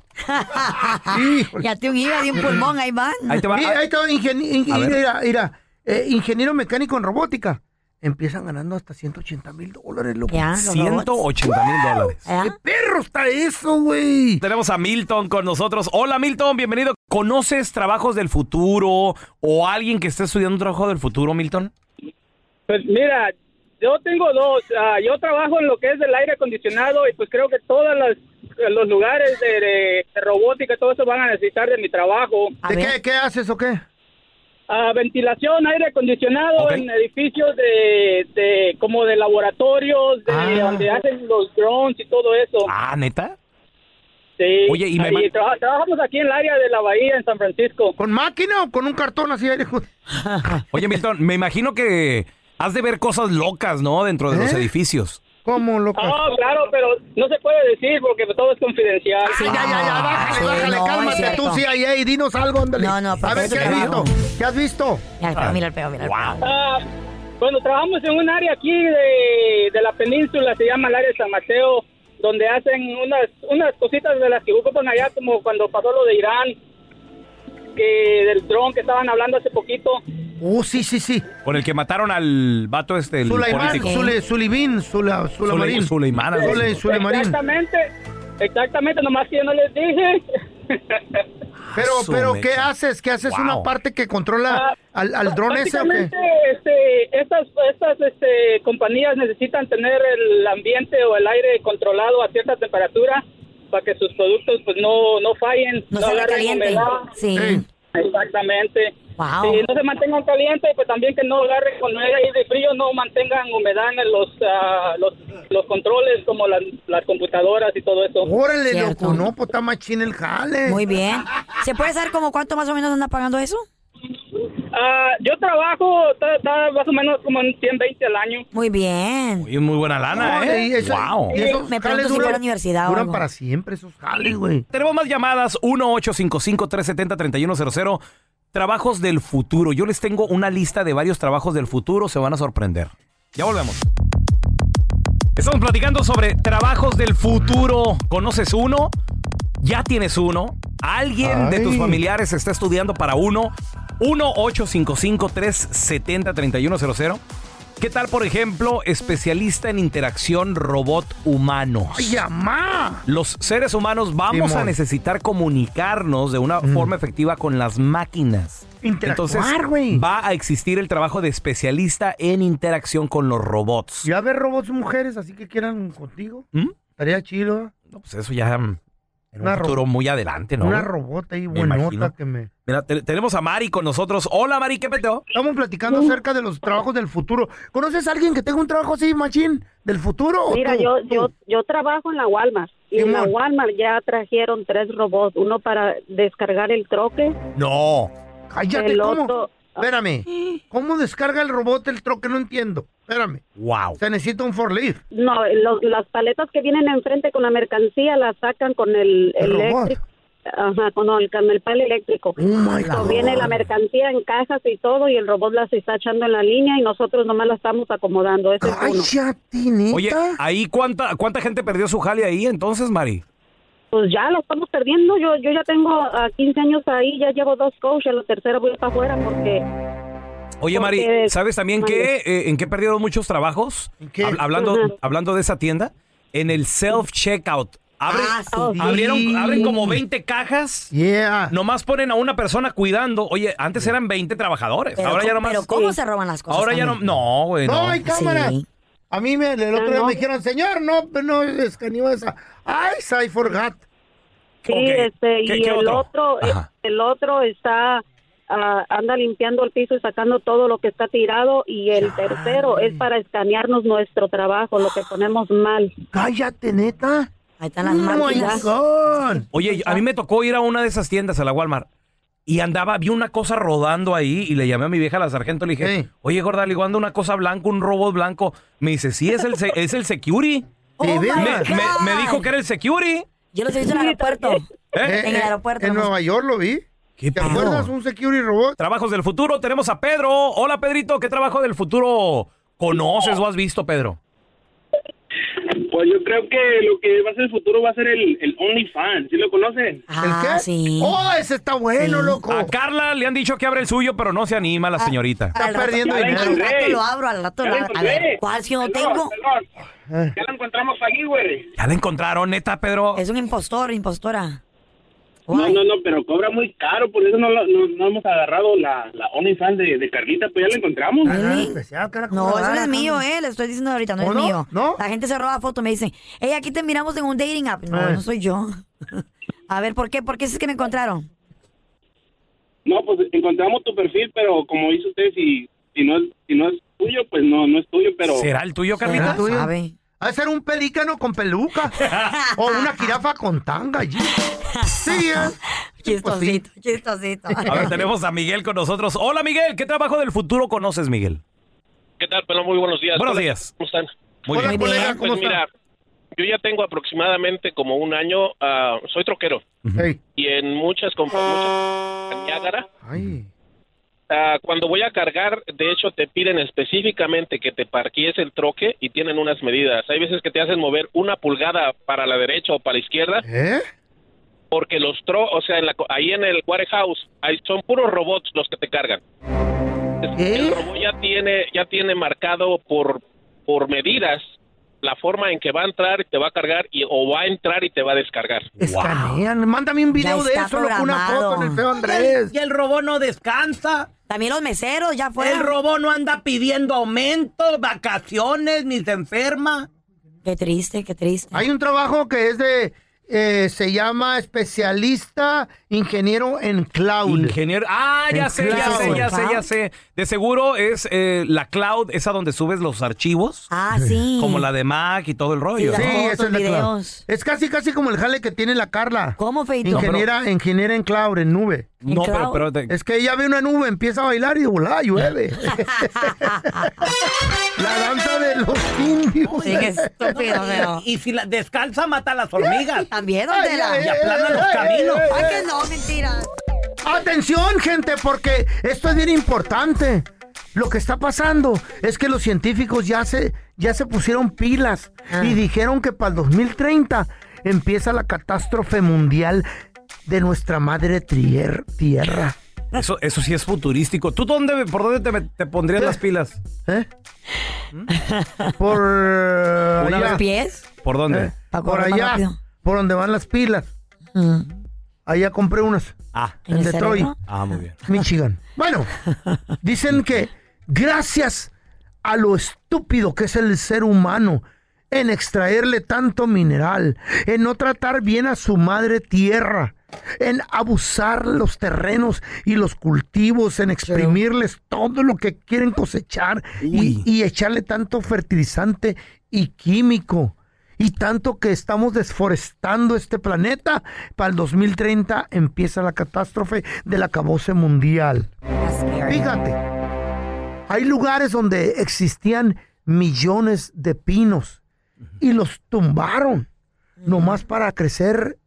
S3: Híjole.
S2: Ya te un hígado y un pulmón, ahí van.
S3: Ahí te va. ahí te va, ingeni- ing-
S2: A ver.
S3: mira, mira, eh, ingeniero mecánico en robótica. Empiezan ganando hasta 180 mil dólares, loco.
S1: Ya, los 180 robots. mil dólares.
S3: ¡Qué perro está eso, güey!
S1: Tenemos a Milton con nosotros. Hola, Milton, bienvenido. ¿Conoces trabajos del futuro o alguien que esté estudiando un trabajo del futuro, Milton?
S12: Pues mira,
S23: yo tengo dos. Ah, yo trabajo en lo que es el aire acondicionado y pues creo que todos los lugares de, de- de robótica, todo eso van a necesitar de mi trabajo.
S3: ¿De qué, qué haces o qué?
S23: Ah, ventilación, aire acondicionado en edificios de, de- como de laboratorios, de donde hacen los drones y todo eso.
S1: Ah, neta.
S23: Sí.
S1: Oye, y me
S23: Ahí
S1: man-
S23: traba- trabajamos aquí en el área de la bahía en San Francisco.
S3: ¿Con máquina o con un cartón así?
S1: Oye, Milton, me imagino que has de ver cosas locas, ¿no? Dentro de
S3: ¿Eh?
S1: los edificios.
S3: ¿Cómo, loco?
S23: No, Ah, claro, pero no se puede decir porque todo es confidencial.
S3: ya, ya, ya, bájale, bájale, cálmate tú, CIA, y dinos algo, ándale. No,
S2: pues,
S3: no, A ver, ¿qué has visto? ¿Qué has visto?
S2: Mira el peo, mira el peo, mira el peo.
S23: Ah, bueno, trabajamos en un área aquí de, de la península, se llama el área de San Mateo, donde hacen unas, unas cositas de las que ocupan allá, como cuando pasó lo de Irán, que del dron que estaban hablando hace poquito.
S3: Uh, sí, sí, sí.
S1: Con el que mataron al vato este, el
S3: Sulaimán,
S1: político.
S3: Zule, Zulibín, Zula, Zulamarín.
S1: Suleimán, algo
S3: Zule,
S1: así.
S3: Zulemarín.
S23: Exactamente, exactamente, nomás que yo no les dije.
S3: Pero,
S23: su
S3: pero,
S23: mecha.
S3: ¿qué haces? ¿Qué haces? ¿Una
S23: Wow.
S3: parte que controla al, al dron ese o qué?
S23: Prácticamente, Ah, pues, este, estas, estas este, compañías necesitan tener el ambiente o el aire controlado a cierta temperatura para que sus productos pues no, no fallen,
S2: No se
S23: agarren
S2: recalienten.
S23: humedad.
S2: Sí.
S23: Exactamente.
S2: Wow.
S23: Sí, no se mantengan calientes, pues también que no agarren con aire de frío, no mantengan humedad en los, ah, los, los controles como las, las computadoras y todo eso.
S3: Órale, loco, no, pues está machín el jale.
S2: Muy bien. ¿Se puede saber como cuánto más o menos anda pagando eso?
S23: Ah, yo trabajo, está está más o menos como en 120 al año.
S2: Muy bien.
S1: Y es muy buena lana,
S3: No,
S1: ¿eh?
S3: y eso-
S1: wow.
S3: y esos
S2: Me pregunto
S3: jales
S2: si fue a la
S3: duran-
S2: universidad o
S3: Duran
S2: algo.
S3: para siempre esos jales, güey.
S1: Tenemos más llamadas, 1-855-370-3100. Trabajos del futuro. Yo les tengo una lista de varios trabajos del futuro, se van a sorprender. Ya volvemos. Estamos platicando sobre trabajos del futuro. ¿Conoces uno? ¿Ya tienes uno? ¿Alguien de tus
S8: Ay.
S1: familiares está estudiando para uno? 1-855-370-3100. ¿Qué tal, por ejemplo, especialista en interacción robot-humanos?
S3: ¡Ay, amá!
S1: Los seres humanos vamos
S3: Simón. Mm.
S1: a necesitar comunicarnos de una forma efectiva con las máquinas.
S3: Interactuar,
S1: Entonces
S3: güey.
S1: va a existir el trabajo de especialista en interacción con los robots.
S3: Ya ver robots mujeres, así que quieran contigo.
S1: ¿Mm?
S3: Estaría chido.
S1: No, pues eso ya mm, en
S3: Una
S1: un
S3: ro-
S1: futuro muy adelante, ¿no?
S3: Una robota ahí
S1: Me
S3: buenota
S1: imagino.
S3: que me...
S1: Mira, te- tenemos a Mari con nosotros. Hola, Mari, ¿qué peteo?
S3: Estamos platicando acerca de los trabajos del futuro. ¿Conoces a alguien que tenga un trabajo así, machín, del futuro? o
S6: Mira,
S3: tú?
S6: yo,
S3: Tú.
S6: yo, yo trabajo en la Walmart y en la
S3: Simón.
S6: Walmart ya trajeron tres robots, uno para descargar el troque.
S1: No.
S3: Cállate,
S6: El
S3: ¿cómo?
S6: otro-
S3: Espérame. ¿Cómo descarga el robot el troque? No entiendo. Espérame.
S1: Wow.
S3: Se necesita un forklift.
S6: No, lo- las paletas que vienen enfrente con la mercancía las sacan con el,
S3: El robot. Oh
S6: eléctrico. Ajá, con el, con el palo eléctrico. So, viene la mercancía en cajas y todo y el robot las está echando en la línea y nosotros nomás la estamos acomodando. Ese es uno.
S1: Oye, ¿ahí cuánta, cuánta gente perdió su jale ahí entonces, Mari?
S6: Pues ya la estamos perdiendo. Yo yo ya tengo ah, 15 años ahí, ya llevo dos coaches, la tercera voy para afuera porque
S1: Oye, Mari,
S6: Porque-
S1: ¿sabes también qué, eh, en qué perdieron muchos trabajos? Hab- hablando,
S6: Ajá.
S1: hablando de esa tienda, en el self-checkout. Abre-
S3: Ah,
S1: abrieron, abren como 20 cajas. Nomás ponen a una persona cuidando. Oye, antes eran 20 trabajadores.
S2: Pero
S1: ahora ya
S2: ¿cómo-
S1: nomás.
S2: pero ¿cómo se roban las cosas
S1: Ahora ya no.
S2: también?
S1: No, güey.
S3: No,
S1: No,
S3: hay cámaras.
S1: Sí.
S3: A mí me, el otro
S1: Ah,
S3: día
S1: no.
S3: me dijeron, señor, no, pues, no escaneó esa. Ay, I forgot.
S6: Sí,
S3: Ok.
S6: este,
S3: ¿Qué-
S6: y
S3: qué
S6: el
S3: otro?
S6: otro, eh, el otro está ah, anda limpiando el piso y sacando todo lo que está tirado y el tercero es para escanearnos nuestro trabajo, lo que ponemos mal.
S3: Cállate, neta.
S6: Ahí
S2: están
S6: las máquinas.
S1: Oye, a mí me tocó ir a una de esas tiendas, a la Walmart. Y andaba, vi una cosa rodando ahí y le llamé a mi vieja, la sargento, le dije, oye, gorda, le digo, anda una cosa blanca, un robot blanco. Me dice, sí, es el, se- es el security.
S2: Oh
S1: me,
S2: my God.
S1: me- me dijo que era el security. ¿Eh?
S2: Yo los he visto en el aeropuerto. En el aeropuerto.
S3: Eh, En Nueva York lo vi.
S1: ¿Te acuerdas?
S3: Un security robot.
S1: Trabajos del futuro. Tenemos a Pedro. Hola, Pedrito. ¿Qué trabajo del futuro conoces o has visto, Pedro?
S5: Pues yo creo que lo que va a ser el futuro va a ser el, el OnlyFans, ¿sí lo conocen?
S3: ¿El qué? Oh, ese está bueno, loco. Ah,
S1: A Carla le han dicho que abre el suyo, pero no se anima la señorita.
S2: Al rato- Al rato lo abro, al rato lo abro. A ver, ¿cuál si no tengo?
S5: Ya la encontramos aquí, güey.
S1: Ya la encontraron, neta, Pedro.
S2: Es un impostor, impostora.
S5: No, no, no, pero cobra muy caro, por eso no, lo- no, no hemos agarrado la, la OnlyFans de, de Carlita, pues ya la encontramos.
S2: No, eso no es mío, eh. Le estoy diciendo ahorita, no
S5: ¿O
S2: es
S5: no?
S2: mío. La gente se roba fotos, me dicen, hey, aquí te miramos en un dating app. No,
S5: Eh.
S2: no soy yo. A ver, ¿por qué? ¿Por qué es que me encontraron?
S5: No, pues encontramos tu perfil, pero como dice usted, si, si, no, es- si no es tuyo, pues no, no es tuyo, pero...
S1: ¿Será el tuyo,
S5: Carlita?
S3: ¿Será tuyo?
S5: Sabe.
S3: Ha de ser un pelícano con peluca. o una jirafa con tanga allí. Sí, ¿eh?
S2: Chistosito, chistosito.
S1: A ver, tenemos a Miguel con nosotros. Hola, Miguel. ¿Qué trabajo del futuro conoces, Miguel?
S7: ¿Qué tal, Pelón? Muy buenos días.
S1: Buenos
S7: Hola,
S1: días.
S7: ¿Cómo están?
S1: Muy Hola, bien. colega,
S7: Pues
S1: ¿cómo está?
S7: mira, yo ya tengo aproximadamente como un año, ah, soy troquero. Y en muchas compañías, en Niágara, ah, cuando voy a cargar, de hecho te piden específicamente que te parquees el troque y tienen unas medidas. Hay veces que te hacen mover una pulgada para la derecha o para la izquierda. Porque los tro, o sea, en la co- ahí en el warehouse, ahí son puros robots los que te cargan. El robot ya tiene, ya tiene marcado por, por medidas la forma en que va a entrar y te va a cargar y, o va a entrar y te va a descargar.
S3: Pues Escanean. Mándame un video
S7: Ya
S3: de
S7: está
S3: eso, loco, una
S7: programado.
S3: foto en el feo Andrés.
S15: Y el robot no descansa.
S2: También los meseros ya fueron.
S15: El robot no anda pidiendo aumento, vacaciones, ni se enferma.
S2: Qué triste, qué triste.
S3: Hay un trabajo que es de. eh, se llama especialista ingeniero en cloud.
S1: Ingeniero. Ah, ya sé, ya sé, ya sé, ya sé. De seguro es eh, la cloud, esa donde subes los archivos.
S2: Ah, sí.
S1: Como la de Mac y todo el rollo.
S3: Sí,
S1: ¿no?
S3: esa es la cloud. Es casi, casi como el jale que tiene la Carla.
S2: ¿Cómo, Feito?
S3: Ingeniera,
S1: No, pero-
S3: ingeniera en cloud, en nube.
S1: No, ¿En pero- cloud? pero te-
S3: Es que ella ve una nube, empieza a bailar y de volada llueve. la danza de los indios.
S15: Sí, Y, y si la descalza, mata a las hormigas.
S2: También,
S15: don Tela. Y aplana los caminos.
S2: Ay, que no, mentira.
S3: Atención, gente, porque esto es bien importante. Lo que está pasando es que los científicos ya se, ya se pusieron pilas
S1: Ah.
S3: y dijeron que para el 2030 empieza la catástrofe mundial de nuestra madre trier- tierra.
S1: Eso, eso sí es futurístico. ¿Tú dónde, por dónde te, me- te pondrías las pilas?
S3: ¿Eh? Por eh,
S1: ¿Una
S3: allá.
S1: vez? pies? ¿Por dónde?
S3: Eh,
S1: Pa'
S3: por
S1: correr más
S3: allá,
S1: rápido. Mm.
S3: por donde van las pilas. Allá compré unas.
S1: Ah,
S3: En ¿En el Detroit. cerebro?
S1: Ah, muy bien.
S3: Michigan. Bueno, dicen que gracias a lo estúpido que es el ser humano en extraerle tanto mineral, en no tratar bien a su madre tierra, en abusar los terrenos y los cultivos, en exprimirles todo lo que quieren cosechar y, y echarle tanto fertilizante y químico. Y tanto que estamos desforestando este planeta, para el 2030 empieza la catástrofe del acabose mundial. Fíjate, hay lugares donde existían millones de pinos y los tumbaron, nomás para crecer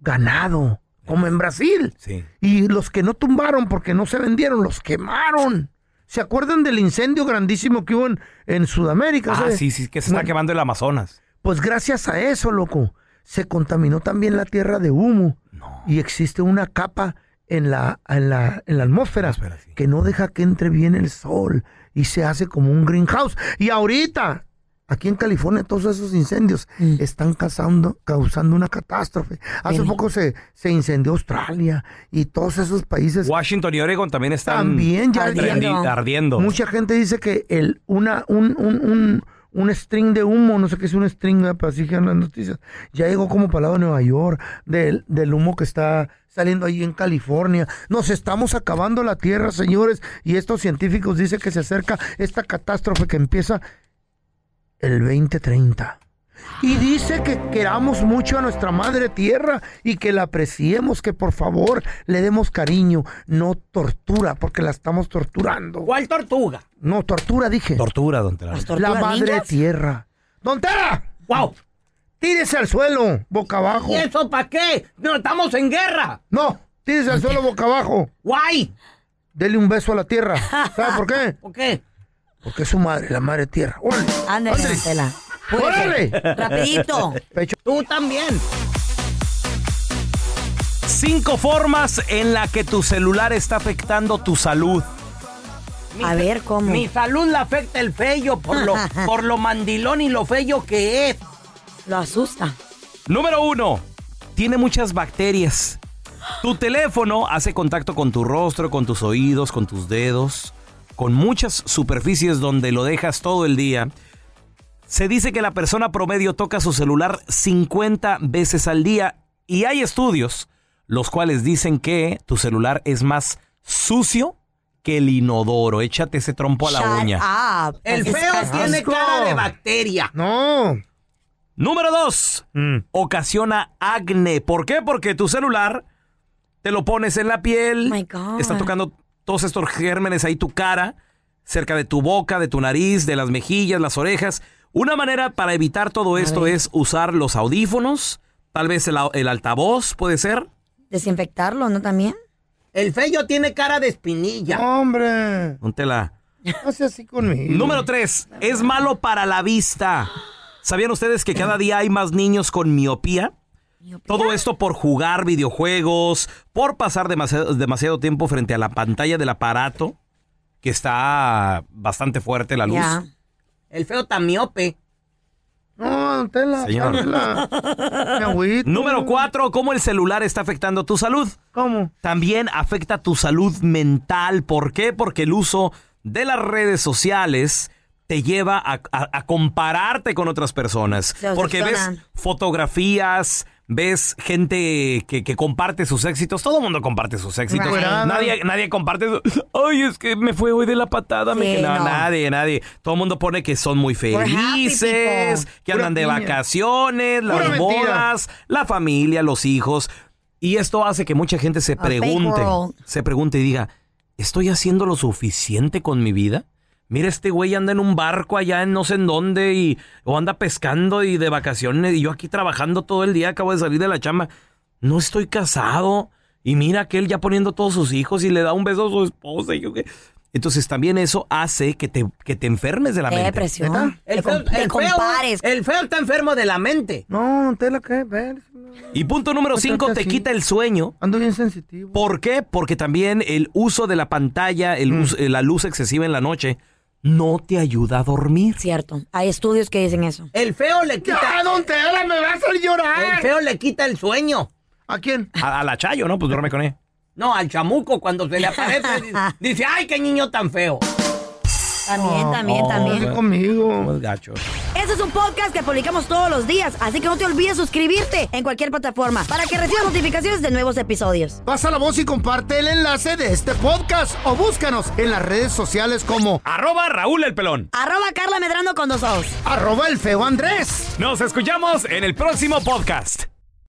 S3: ganado, como en Brasil.
S1: Sí.
S3: Y los que no tumbaron porque no se vendieron, los quemaron. ¿Se acuerdan del incendio grandísimo que hubo en, en Sudamérica?
S1: Ah,
S3: ¿sabes?
S1: sí, sí, que se está
S3: Bueno,
S1: quemando el Amazonas.
S3: pues gracias a eso, loco, se contaminó también la tierra de humo. Y existe una capa en la, en la, en la atmósfera que no deja que entre bien el sol y se hace como un greenhouse. Y ahorita, aquí en California, todos esos incendios están causando, causando una catástrofe. Hace poco se, se incendió Australia y todos esos países
S1: Washington y Oregon también están
S3: también ya
S1: trendi-
S3: ardiendo.
S1: ardiendo.
S3: Mucha gente dice que el una un un un un string de humo, no sé qué es un string, ¿verdad? pero así que en las noticias. Ya llegó como para el lado de Nueva York, del, del humo que está saliendo ahí en California. Nos estamos acabando la tierra, señores, y estos científicos dicen que se acerca esta catástrofe que empieza el 2030. Y dice que queramos mucho a nuestra madre tierra y que la apreciemos, que por favor le demos cariño, no tortura, porque la estamos torturando.
S15: ¿Cuál tortuga?
S3: No, tortura dije.
S1: Tortura, don Tela.
S3: La madre tierra. ¡Don Tela!
S15: ¡Wow!
S3: Tírese al suelo, boca abajo.
S15: ¿Y eso para qué? No, estamos en guerra.
S3: No, tírese al suelo boca abajo.
S15: ¡Guay!
S3: Dele un beso a la tierra. ¿Sabe por qué?
S15: ¿Por qué?
S3: Porque es su madre, la madre tierra. ¡Órale!
S2: Ándale,
S3: ¡Órale!
S2: don Tela.
S3: ¡Órale!
S2: Rapidito.
S3: Pecho.
S15: Tú también.
S1: Cinco formas en la que tu celular está afectando tu salud.
S2: A ver, ¿cómo?
S15: Mi salud la afecta el fello por lo, por lo mandilón y lo fello que es.
S2: Lo asusta.
S1: Número uno, tiene muchas bacterias. Tu teléfono hace contacto con tu rostro, con tus oídos, con tus dedos, con muchas superficies donde lo dejas todo el día. Se dice que la persona promedio toca su celular 50 veces al día y hay estudios los cuales dicen que tu celular es más sucio que el inodoro. Échate ese trompo a la uña.
S2: Ah,
S15: El feo tiene cara de bacteria.
S1: No. Número dos, ocasiona acné. ¿Por qué? Porque tu celular te lo pones en la piel, está tocando todos estos gérmenes ahí tu cara, cerca de tu boca, de tu nariz, de las mejillas, las orejas. Una manera para evitar todo esto es usar los audífonos, tal vez el, au- el altavoz puede ser.
S2: Desinfectarlo, ¿no? También.
S15: El feo tiene cara de espinilla.
S3: Hombre.
S1: Póntela.
S3: Hace así conmigo.
S1: Número 3. Es malo para la vista. ¿Sabían ustedes que cada día hay más niños con miopía? Todo esto por jugar videojuegos, por pasar demasiado, demasiado tiempo frente a la pantalla del aparato, que está bastante fuerte la luz.
S15: El feo está miope.
S3: No, tela,
S1: Señor.
S3: tela.
S1: Número 4. ¿Cómo el celular está afectando tu salud?
S3: ¿Cómo?
S1: También afecta tu salud mental. ¿Por qué? Porque el uso de las redes sociales te lleva a, a- a compararte con otras personas.
S2: Se
S1: Porque ves
S2: obsesionan.
S1: fotografías, ves gente que, que comparte sus éxitos. Todo el mundo comparte sus éxitos.
S15: Right.
S1: Nadie, nadie comparte. su- Ay, es que me fue hoy de la patada. me-
S15: Sí,
S1: no,
S15: no.
S1: nadie, nadie. Todo el mundo pone que son muy
S15: We're happy
S1: felices,
S15: people.
S1: que
S15: Pura
S1: andan de
S15: piña.
S1: vacaciones, las
S15: Pura mentira.
S1: bodas, la familia, los hijos. Y esto hace que mucha gente se
S15: A fake
S1: pregunte,
S15: world.
S1: se pregunte y diga, ¿estoy haciendo lo suficiente con mi vida? Mira, este güey anda en un barco allá en no sé en dónde y o anda pescando y de vacaciones y yo aquí trabajando todo el día, acabo de salir de la chamba. No estoy casado. Y mira que él ya poniendo todos sus hijos y le da un beso a su esposa. y yo qué- Entonces también eso hace que te, que te enfermes de la
S2: Qué
S1: mente.
S2: depresión.
S1: ¿Neta?
S15: El feo, el, feo, el feo está enfermo de la mente.
S3: No, tela, ¿qué? Ver.
S1: Y punto número 5, te quita el sueño.
S3: Pues Ando bien sensitivo.
S1: ¿Por qué? Porque también el uso de la pantalla, el
S3: Mm.
S1: us- eh, la luz excesiva en la noche, no te ayuda a dormir.
S2: Cierto. Hay estudios que dicen eso.
S15: El feo le quita.
S3: ¡Ah, don Tela, me va a hacer llorar!
S15: El feo le quita el sueño.
S3: ¿A quién?
S1: A, a la Chayo, ¿no? Pues duerme con él.
S15: No, al chamuco cuando se le aparece. di- dice, ay, qué niño tan feo.
S2: También, también,
S1: Oh,
S2: también.
S1: bueno.
S3: Conmigo.
S1: Más gacho.
S2: Este es un podcast que publicamos todos los días, así que no te olvides suscribirte en cualquier plataforma para que recibas notificaciones de nuevos episodios.
S3: Pasa la voz y comparte el enlace de este podcast o búscanos en las redes sociales como
S1: Arroba Raúl el pelón.
S2: Arroba Carla Medrano con dos ojos.
S3: arroba el feo Andrés.
S1: Nos escuchamos en el próximo podcast.